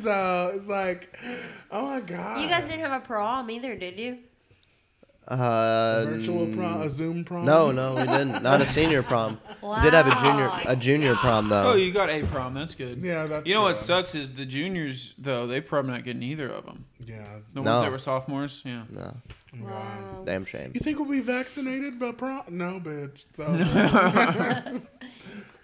So, it's like, oh my god,
you guys didn't have a prom either, did you?
Uh,
virtual prom, a Zoom prom.
No, no, we didn't. Not a senior prom. We did have a junior
Wow.
a junior prom though.
Oh, you got a prom. That's good.
Yeah, that's
You know what
good.
sucks is the juniors though. They probably not getting either of them.
Yeah.
The
No.
ones that were sophomores. Yeah.
No,
Wow.
damn shame.
You think we'll be vaccinated by prom? No, bitch. So.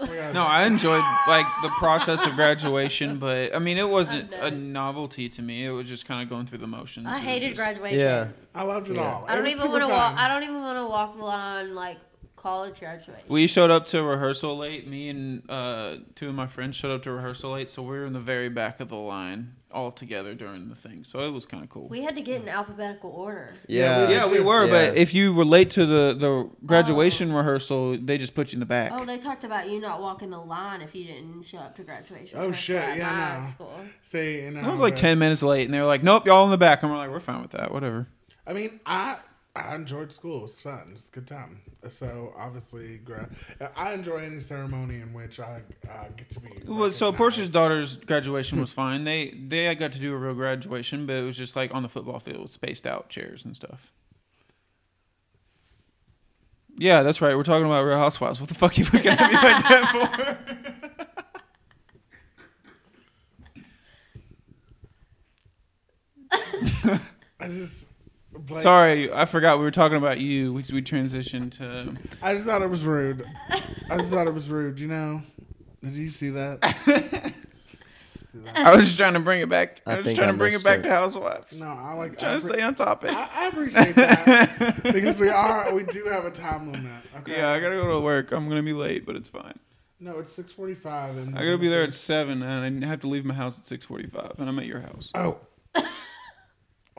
We gotta-
No, I enjoyed like the process of graduation, but I mean it wasn't
I'm
a
dead.
novelty to me. It was just kind of going through the motions.
I
It was
hated
just-
graduation.
Yeah,
I loved it
Yeah.
all.
I
It
don't
was
even
super
want to walk.
fun.
I don't even want to walk the line like college graduation.
We showed up to rehearsal late. Me and uh, two of my friends showed up to rehearsal late, so we were in the very back of the line all together during the thing. So it was kind of cool.
we had to get in alphabetical order.
yeah,
yeah, we were, but
Yeah.
if you were late to the, the graduation rehearsal, they just put you in the back.
Oh, they talked about you not walking the line if you didn't show up to graduation.
Oh,
That's
shit,
at
yeah,
my
no.
School.
See, and um,
I was like 10 minutes late, and they were like, nope, y'all in the back. And we're like, we're fine with that, whatever.
I mean, I I enjoyed school. It's fun. It's a good time. So obviously, gra- I enjoy any ceremony in which I uh, get to be.
Well, so Portia's
recognized.
daughter's graduation was fine. They they got to do a real graduation, but it was just like on the football field, spaced out chairs and stuff. Yeah, that's right. We're talking about Real Housewives. What the fuck you looking at me like that for?
I just. Blake,
Sorry, I forgot we were talking about you. We, we transitioned to.
I just thought it was rude. I just thought it was rude. You know? Did you see that? see that?
I was just trying to bring it back. I,
I
was
think
trying
I
to bring it
missed
back
it.
to Housewives.
No, I like. I,
trying to
appre-
stay on topic.
I, I appreciate that because we are. We do have a time limit. Okay.
yeah, I gotta go to work. I'm gonna be late, but it's fine.
No, it's six forty-five, and
I gotta be there at seven, and I have to leave my house at six forty-five, and I'm at your house.
Oh.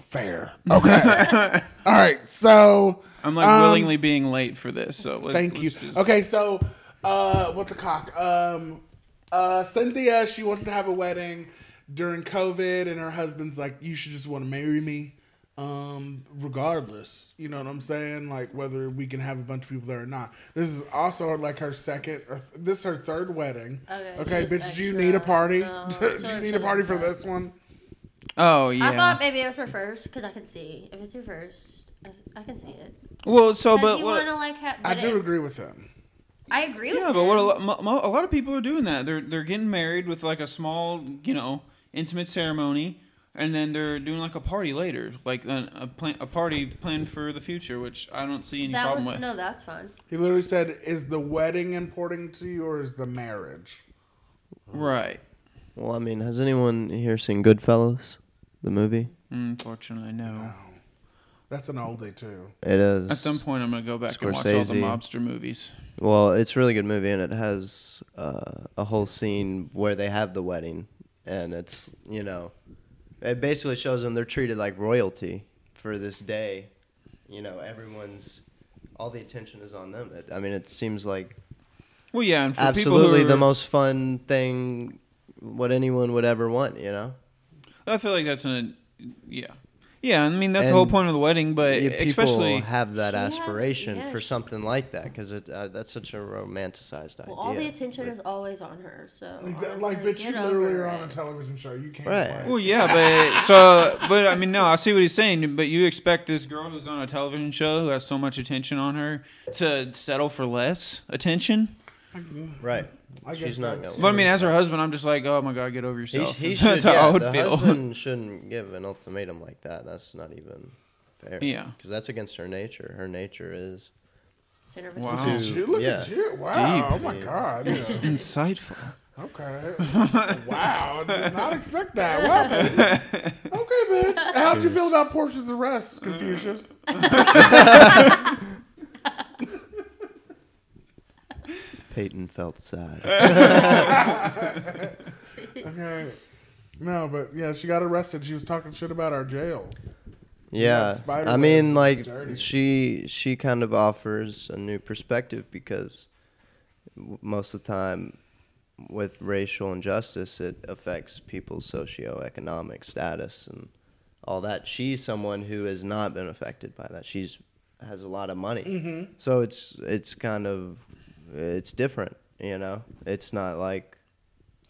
Fair. Okay. All right, so
I'm like
um,
willingly being late for this. So let's,
Thank you.
let's just-
Okay, so uh, what the cock? Um, uh, Cynthia, she wants to have a wedding during COVID, and her husband's like, "You should just want to marry me, um, regardless." You know what I'm saying? Like whether we can have a bunch of people there or not. This is also like her second, or th- this is her third wedding.
Okay,
Okay,
just
bitch, do you
extra.
need a party?
No,
do you need a party for this one?
Oh yeah.
I thought maybe it was her first because I can see if it's her first, I, I can see it.
well, so
But
but
you
what?
want to like have?
I
but
do
it-
agree with him.
I agree with
yeah, but what a
him.
lot, mo- mo- a lot of people are doing that. They're they're getting married with like a small, you know, intimate ceremony, and then they're doing like a party later, like a a, plan, a party planned for the future, which I don't see any
That
problem
would-
with.
No, that's fun.
He literally said, "Is the wedding important to you, or is the marriage?"
Right.
Well, I mean, has anyone here seen Goodfellas, the movie?
Unfortunately, no.
That's an oldie too.
It is.
At some point, I'm gonna go back and watch all the
Scorsese.
mobster movies.
Well, it's a really good movie, and it has uh, a whole scene where they have the wedding, and it's you know, it basically shows them they're treated like royalty for this day. You know, everyone's all the attention is on them. It, I mean, it seems like
Well, yeah, and for people
absolutely
who are,
the most fun thing what anyone would ever want. You know,
I feel like that's an yeah, yeah. I mean, that's the whole
And
point of the wedding, but
Yeah, people
especially
have that
She has-
aspiration
yeah,
for
she-
something like that because uh, that's such a romanticized idea.
Well, all the attention
But-
is always on her, so
Like,
honestly,
like bitch, you
Oh, get over
literally are
it.
on a television show. You can't.
Right.
like-
Well, yeah, but so, but I mean, no, I see what he's saying. But you expect this girl who's on a television show who has so much attention on her to settle for less attention?
Right.
Mm, I guess
She's not
that's-
going.
But I mean, as her husband, I'm just like, oh my god, get over
he,
yourself.
he
That's
should,
how
yeah,
I would
the
feel.
husband shouldn't give an ultimatum like that. That's not even fair.
Yeah.
Because that's against her nature. Her nature is
Center of
Wow.
attention.
Did you look at
Yeah.
you? Wow.
Deep.
Oh my god.
It's
Yeah.
insightful.
Okay. wow. Did not expect that. Wow. bitch. Okay, bitch. How'd you feel about Portia's arrest, Confucius?
Peyton felt sad.
Okay. No, but yeah, she got arrested. She was talking shit about our jails.
yeah.
spider
I mean,
webs,
like
dirty.
she she kind of offers a new perspective because w- most of the time with racial injustice it affects people's socioeconomic status and all that. She's someone who has not been affected by that. She's has a lot of money.
Mm-hmm.
So it's it's kind of it's different, you know. It's not like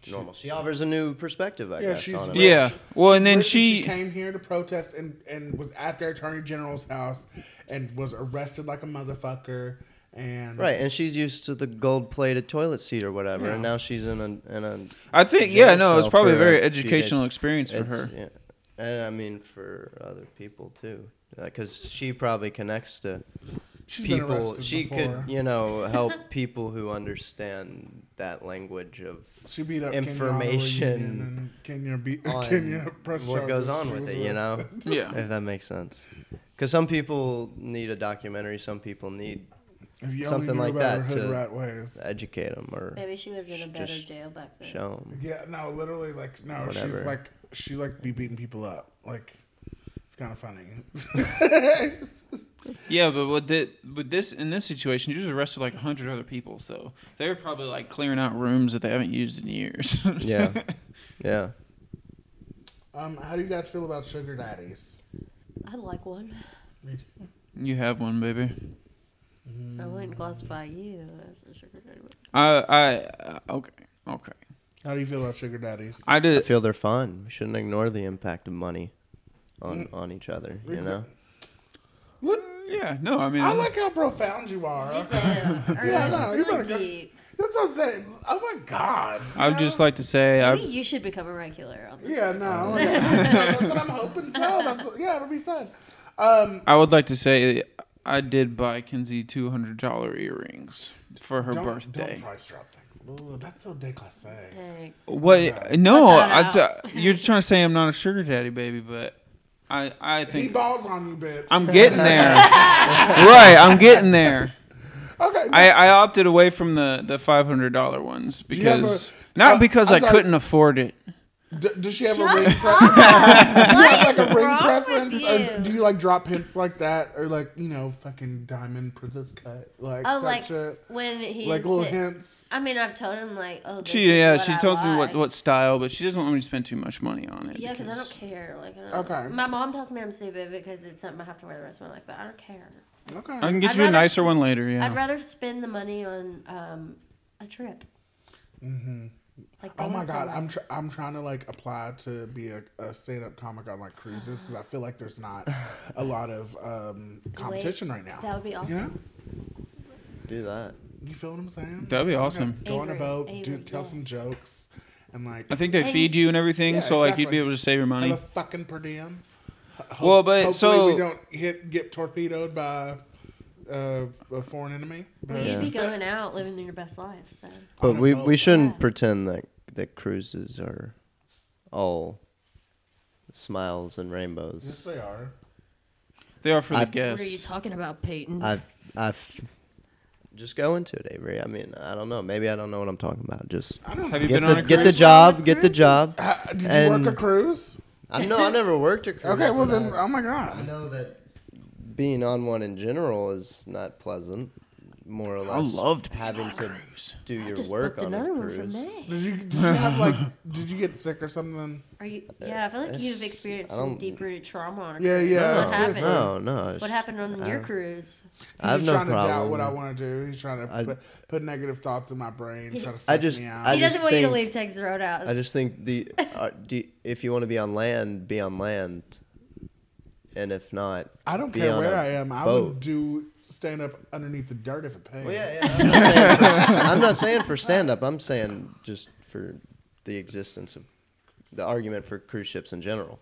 normal. She offers a new perspective, I
Yeah,
guess.
she's
on it.
rich.
Yeah. Well, and then
Rich,
she,
came here to protest and, and was at their attorney general's house and was arrested like a motherfucker. And
Right, and she's used to the gold-plated toilet seat or whatever, and
Yeah.
now she's in a in a.
I think,
jail
yeah, no, it's
cell
probably a
for
very
a few days.
educational experience for
It's-
her.
yeah. and I mean for other people too, because she probably connects to
she's been
people.
arrested
She
before.
could, you know, help people who understand that language of
She beat up
information
Kenya, Orion and Kenya beat
on
Kenya. pressed
what goes on
charges. She
with
was
it, you know?
arrested.
Yeah.
If that makes sense, because some people need a documentary, some people need
If you only
Something
knew
like
about her
that
hood
to-
rat ways.
educate them or
Maybe she was in a
Just
better jail back then.
show them.
Yeah, no, literally, like no, she's
Whatever.
like she like be beating people up. Like it's kind of funny.
Yeah, but with, the, with this, in this situation, you just arrested like 100 other people. So they're probably like clearing out rooms that they haven't used in years.
Yeah. Yeah.
um, how do you guys feel about sugar daddies?
I'd like one.
you have one, baby.
Mm-hmm.
I wouldn't classify you as a sugar daddy.
I, I, okay, okay.
How do you feel about sugar daddies?
I
I
did.
feel they're fun. We shouldn't ignore the impact of money on on each other. You
Mm. Exa-
know,
Look,
Yeah, no, I mean,
I like how profound you are.
You do. Or,
Yeah,
like,
no,
it's
you
really
better go-
deep.
That's what I'm saying. Oh my god.
I'd just like to say,
Maybe
I,
you should become a regular on this.
Yeah, no. that's what I'm hoping for. That's, yeah, it'll be fun. Um,
I would like to say, I did buy Kinsey two hundred dollar earrings for her
don't,
birthday.
Don't price drop things. Ooh, that's so déclassé.
Like,
what? No,
Cut
I
that out.
t- you're trying to say I'm not a sugar daddy, baby, but I, I
He
think
balls on you, bitch.
I'm getting there. right, I'm getting there.
okay.
I, I opted away from the the five hundred dollar ones
you have
because
a-
not
uh,
because
I'm
I
sorry.
couldn't afford it.
D- does she have
Shut
a ring
up.
preference? Do you have
What
like
is
a ring
wrong
preference?
with
Or
you?
do you like drop hints like that, or like you know, fucking diamond princess cut, like
Oh,
type
like
shit,
when he's
like little
sit-
hints?
I mean, I've told him like, oh, this
She
is
yeah,
what
she
I
tells me what
like.
what style, but she doesn't want me to spend too much money on it.
Yeah, because I don't care. Like, I don't
Okay.
My mom tells me I'm stupid because it's something I have to wear the rest of my life, but I don't care.
Okay.
I can get
I'd
you a
rather-
nicer one later. Yeah.
I'd rather spend the money on um, a trip.
mm-hmm.
Like,
Oh
going
my god,
somewhere.
I'm tr- I'm trying to like apply to be a, a stand up comic on like cruises because I feel like there's not a lot of um, competition right now.
That would be awesome.
Yeah.
Do that.
You feel what I'm saying?
That'd be
Okay,
awesome.
Go on a
Avery,
boat, do
Avery,
tell
yes.
some jokes, and like
I think they
And-
feed you and everything,
Yeah,
so like you'd
exactly.
be able to save your
have
money.
a fucking per diem. Ho-
Well, but,
hopefully
so-
we don't hit get torpedoed by uh, a foreign enemy.
Well,
But-
you'd be going out, living your best life. So
But
On a
we,
boat.
we shouldn't
Yeah.
pretend that that cruises are all smiles and
Yes,
rainbows.
they are.
They are for the
I've-
what are you
guests.
talking about, Peyton?
I've I've just go into it, Avery. I mean, I don't know. Maybe I don't know what I'm talking about. Just
I don't.
Have you
get
been on
the
a
get the
cruise?
job, get the
Cruises.
job.
Uh, did you
And-
work a cruise?
I know I never worked a cruise.
Okay, well
but
then,
I,
oh my
I
god.
know that being on one in general is not pleasant. More or less, having to do
I
your
just
work
booked
on a
another one for
cruise.
May.
Did you, did you have like? Did you get sick or something?
Are you? Yeah, I feel like you've
it's-
experienced
Uh, I
some
don't-
deep rooted trauma on a
Yeah,
cruise.
yeah,
What
no,
happened?
no, no. it's-
What happened on your
I-
cruise?
I have
He's
no
trying
problem.
to doubt what I want to do. He's trying to
I-
put, put negative thoughts in my brain. Try to
I
suck
just-
me out.
I
he doesn't
just
want you to
think-
leave Texas Roadhouse.
I just think the uh, do, if you want to be on land, be on land, and if not,
I don't
be
care
on
where
a
I am. I
boat.
would do stand up underneath the dirt if it paid.
Well, yeah, yeah. I'm not saying for, I'm not saying for stand up. I'm saying just for the existence of the argument for cruise ships in general.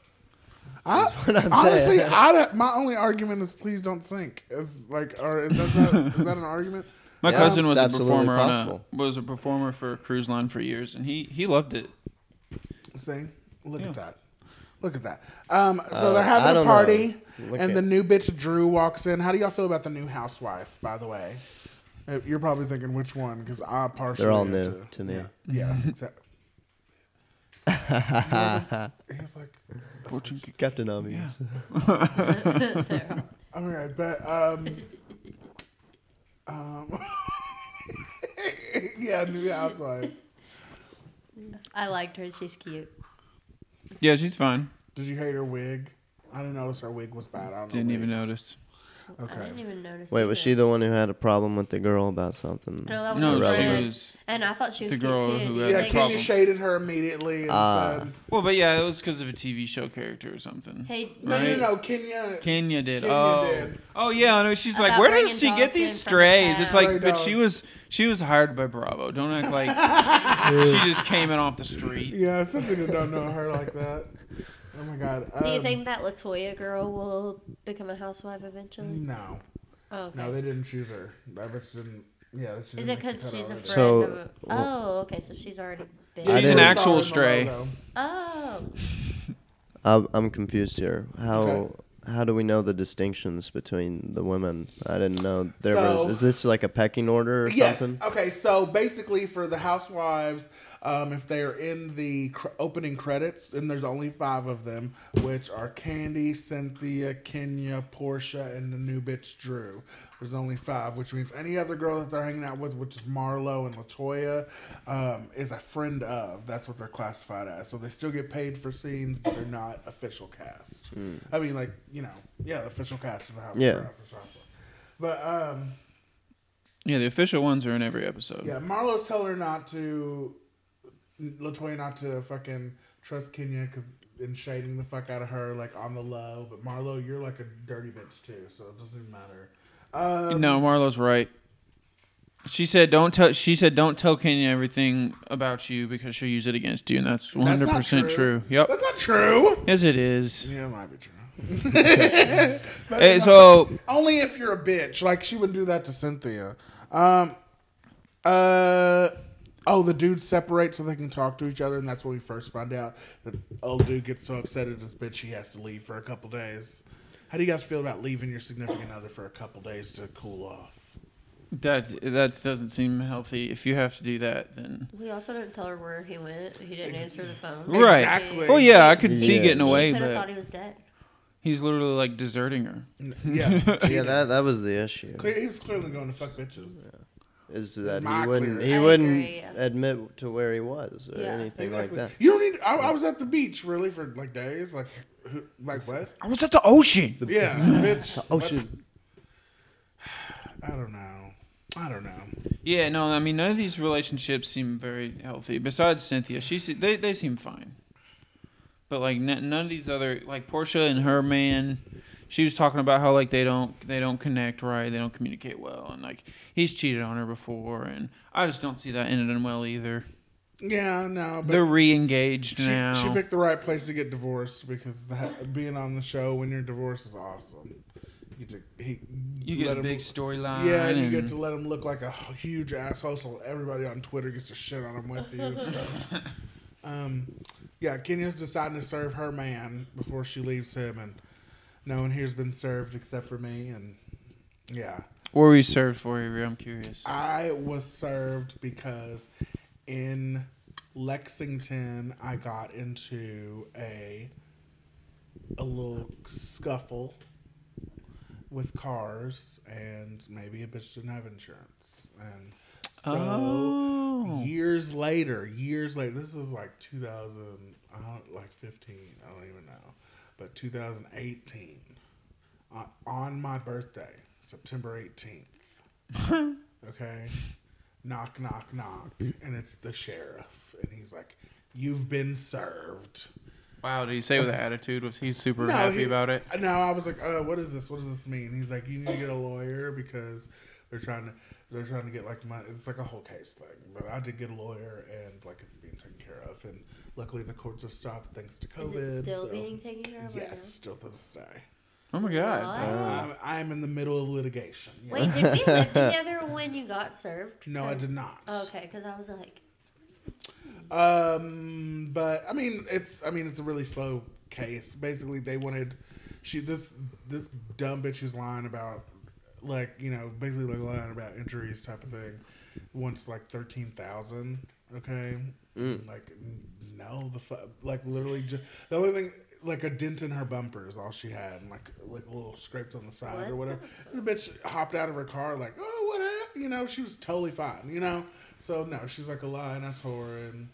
I,
what I'm
honestly,
saying.
I don't- my only argument is please don't sink. Is like, or is that, not, is that an argument?
My
Yeah,
cousin
it's
was a
absolutely
performer on
possible.
a, was a performer for a cruise line for years, and he he loved it.
See, look
Yeah.
at that. Look at that. Um, so
Uh,
they're
I
having a
don't
party,
know. Look
and
at-
the new bitch Drew walks in. How do y'all feel about the new housewife? By the way, Uh, you're probably thinking which one because I partially
They're all
am
new
too.
to me.
Yeah, yeah. exact- he was like,
Fortune
Captain Obvious.
all right, but um, um, yeah, new housewife.
I liked her. She's cute.
Yeah, she's fine.
Did you hate her wig? I didn't notice her wig was bad. I don't
Didn't
know
even
wigs.
notice.
Okay.
I didn't even notice.
Wait, was
either.
she the one who had a problem with the girl about something?
No, that was
No,
her
she
friend.
was.
And I thought she was
the
cute
girl
too.
who
Do you
had
Yeah,
the
think-
Kenya
problem.
shaded her immediately and
Ah.
said,
Well, but yeah, it was because of a TV show character or something.
Hey,
"No,
Right.
no, no, Kenya."
Kenya did.
Kenya
oh,
did.
oh yeah. I know. She's
About
like, where
bringing
does she
dogs
get these
in from
strays? It's
town.
like,
Stray
but she
dogs.
was she was hired by Bravo. Don't act like she just came in off the street.
yeah, some people don't know her like that. Oh my god.
Do you
um,
think that Latoya girl will become a housewife eventually?
No,
Oh, okay.
Mm. no, they didn't choose her. That bitch didn't. Yeah, she
Is it
didn't make the
because
cut
she's a friend
already.
So,
of a... Oh, okay, so she's already been...
I
She's
didn't-
an
Saw
actual
her in the
stray.
logo.
Oh,
I'm, I'm confused here. How
Okay.
how do we know the distinctions between the women? I didn't know there
So-
was. Is this like a pecking order or
Yes.
something?
Okay. So basically, for the housewives, um, if they are in the cr- opening credits, and there's only five of them, which are Candy, Cynthia, Kenya, Portia, and the new bitch Drew. There's only five, which means any other girl that they're hanging out with, which is Marlo and Latoya, um, is a friend of. That's what they're classified as. So they still get paid for scenes, but they're not official cast. I mean, like you know, yeah, the official cast of the house.
Hmm. Yeah.
But um.
Yeah, the official ones are in every episode.
Yeah, Marlo's telling her not to, Latoya not to fucking trust Kenya because and shading the fuck out of her like on the low. But Marlo, you're like a dirty bitch too, so it doesn't even matter. Um,
No, Marlo's right. She said, "Don't tell." She said, "Don't tell Kenya everything about you because she'll use it against you," and that's one
That's
hundred
not
percent
true.
true. Yep.
that's not true.
Yes, it is.
Yeah, it might be true. That's
Hey,
not-
so
only if you're a bitch, like she would do that to Cynthia. Um, uh, oh, the dudes separate so they can talk to each other, and that's when we first find out that old dude gets so upset at his bitch he has to leave for a couple days. How do you guys feel about leaving your significant other for a couple days to cool off?
That that doesn't seem healthy. If you have to do that, then
We also didn't tell her where he went. He didn't answer the phone.
Right.
Exactly.
well, yeah, I could see
Yeah.
getting
She
away,
could have thought
but
he was dead.
he's literally like deserting her.
Yeah.
Yeah, that that was the issue.
Cle- He was clearly going to fuck bitches.
Is that
my
he wouldn't
clear.
he
I
wouldn't
agree, yeah.
admit to where he was or
Yeah.
anything
Exactly.
like that.
You don't need. I, I was at the beach really for like days. Like, who, like what?
I was at the ocean.
Yeah, bitch.
The ocean.
what- I don't know. I don't know.
Yeah, no, I mean none of these relationships seem very healthy. Besides Cynthia, she se- they they seem fine, but like n- none of these other like Portia and her man, she was talking about how like they don't they don't connect right, they don't communicate well, and like he's cheated on her before, and I just don't see that ending well either.
Yeah, no. But
They're re-engaged
she,
now.
she picked the right place to get divorced because that, being on the show when you're divorced is awesome. You get to, he,
you get
let
a
him-
big storyline.
Yeah, and you get
and-
to let him look like a huge asshole, so everybody on Twitter gets to shit on him with you. And stuff. um, yeah, Kenya's deciding to serve her man before she leaves him, and no one here's been served except for me. And yeah,
What were you served for, Avery? I'm curious.
I was served because in Lexington I got into a a little scuffle with cars and maybe a bitch didn't have insurance. And so
Oh.
years later, years later, this is like 2000, I don't like 15, I don't even know, but 2018 on, on my birthday, September 18th. okay. Knock, knock, knock. And it's the sheriff. And he's like, You've been served.
Wow, did he say with an attitude? Was he super
No,
happy
he-
about it?
No, I was like, uh, what is this? What does this mean? He's like, you need to get a lawyer because they're trying to they're trying to get like money. It's like a whole case thing. But I did get a lawyer and like it's being taken care of. And luckily the courts have stopped thanks to
Is
COVID.
it still
so-
being taken care of? right
Yes, still to this day.
Oh my
What?
god.
I'm, I'm in the middle of litigation.
now?
yeah.
Wait, did we live together when you got served?
No, I did not.
Okay, because I was like,
Um, but I mean, it's I mean, it's a really slow case. Basically, they wanted she this this dumb bitch who's lying about like you know basically like lying about injuries type of thing wants like thirteen thousand. Okay, like no, the fu- like literally just, the only thing like a dent in her bumper is all she had, and like like a little scraped on the side or
What
whatever. The bitch hopped out of her car like, oh, what up? You know, she was totally fine. You know, so no, she's like a lying ass whore, and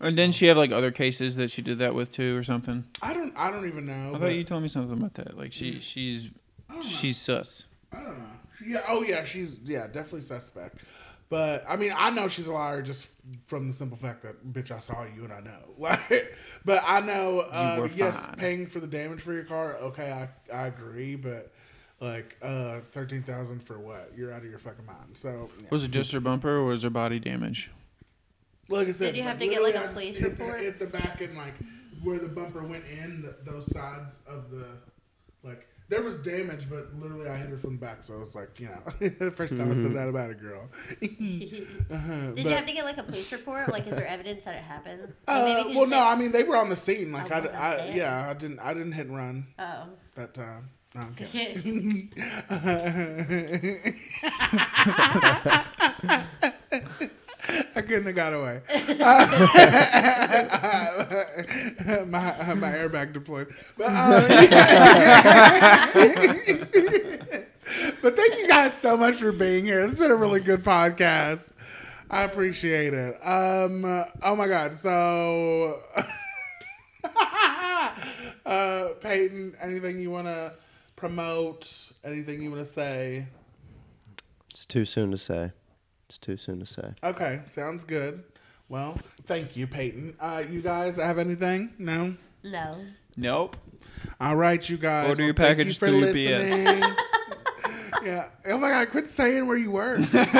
And didn't she have like other cases that she did that with too, or something?
I don't, I don't even know.
I
but-
thought you told me something about that. Like she, she's,
I don't know.
she's sus.
I don't know. Yeah. Oh yeah, she's yeah definitely suspect. But I mean, I know she's a liar just from the simple fact that bitch, I saw you and I know. Like, but I know.
You
Uh,
were
yes,
fine.
paying for the damage for your car. Okay, I, I agree, but like uh, thirteen thousand for what? You're out of your fucking mind. So yeah.
Was it just her bumper, or was her body damage?
like I said,
Did you have
like,
to get, like,
literally,
a
I
police
just hit
report?
The, hit the back and like where the bumper went in the, those sides of the like there was damage, but literally I hit her from the back, so I was like, you know, the first time I said that about a girl.
did
Uh-huh,
you
but-
have to get like a police report? Like, is there evidence that it happened? Like,
Uh,
maybe you
well,
just
no, I mean they were on the scene. Like
I
I,
wasn't
I-
there.
yeah, I didn't, I didn't hit and run
said- Oh.
that time. No, I'm kidding.
Okay.
I couldn't have got away. my I had my airbag deployed. But, uh, but thank you guys so much for being here. It's been a really good podcast. I appreciate it. Um, oh my god. So, uh, Peyton, anything you want to promote? Anything you want to say?
It's too soon to say. It's too soon to say.
Okay, sounds good. Well, thank you, Peyton. Uh, you guys have anything? No.
No.
Nope.
All right, you guys.
Order your
Well, thank
package
for
through UPS.
listening. yeah. Oh my God! Quit saying where you were. Because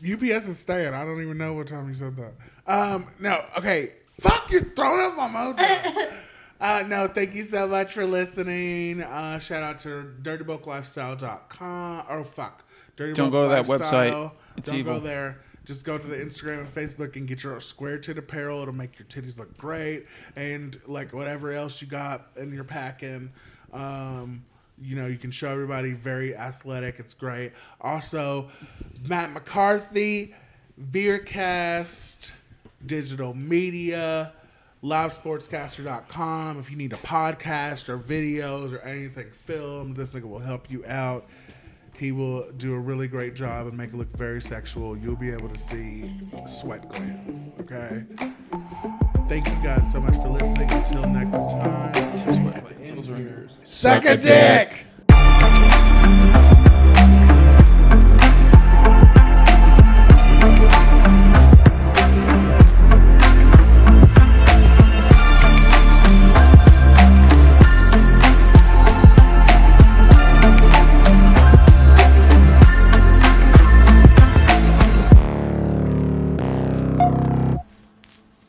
Uh, UPS is staying. I don't even know what time you said that. Um, no. Okay. Fuck! You're throwing up my mojo. Uh, no, thank you so much for listening. Uh, shout out to dirtyboaklifestyle.com. Oh, fuck. Dirty
Don't go to
Book
that
Lifestyle.
website. It's
Don't go
evil.
there. Just go to the Instagram and Facebook and get your square tit apparel. It'll make your titties look great and like whatever else you got in your packing. Um, You know, you can show everybody very athletic. It's great. Also, Matt McCarthy, Veercast, digital media, livesportscaster.com. If you need a podcast or videos or anything filmed, this nigga will help you out. He will do a really great job and make it look very sexual. You'll be able to see sweat glands, okay? Thank you guys so much for listening. Until next time.
Those are yours.
Suck a dick!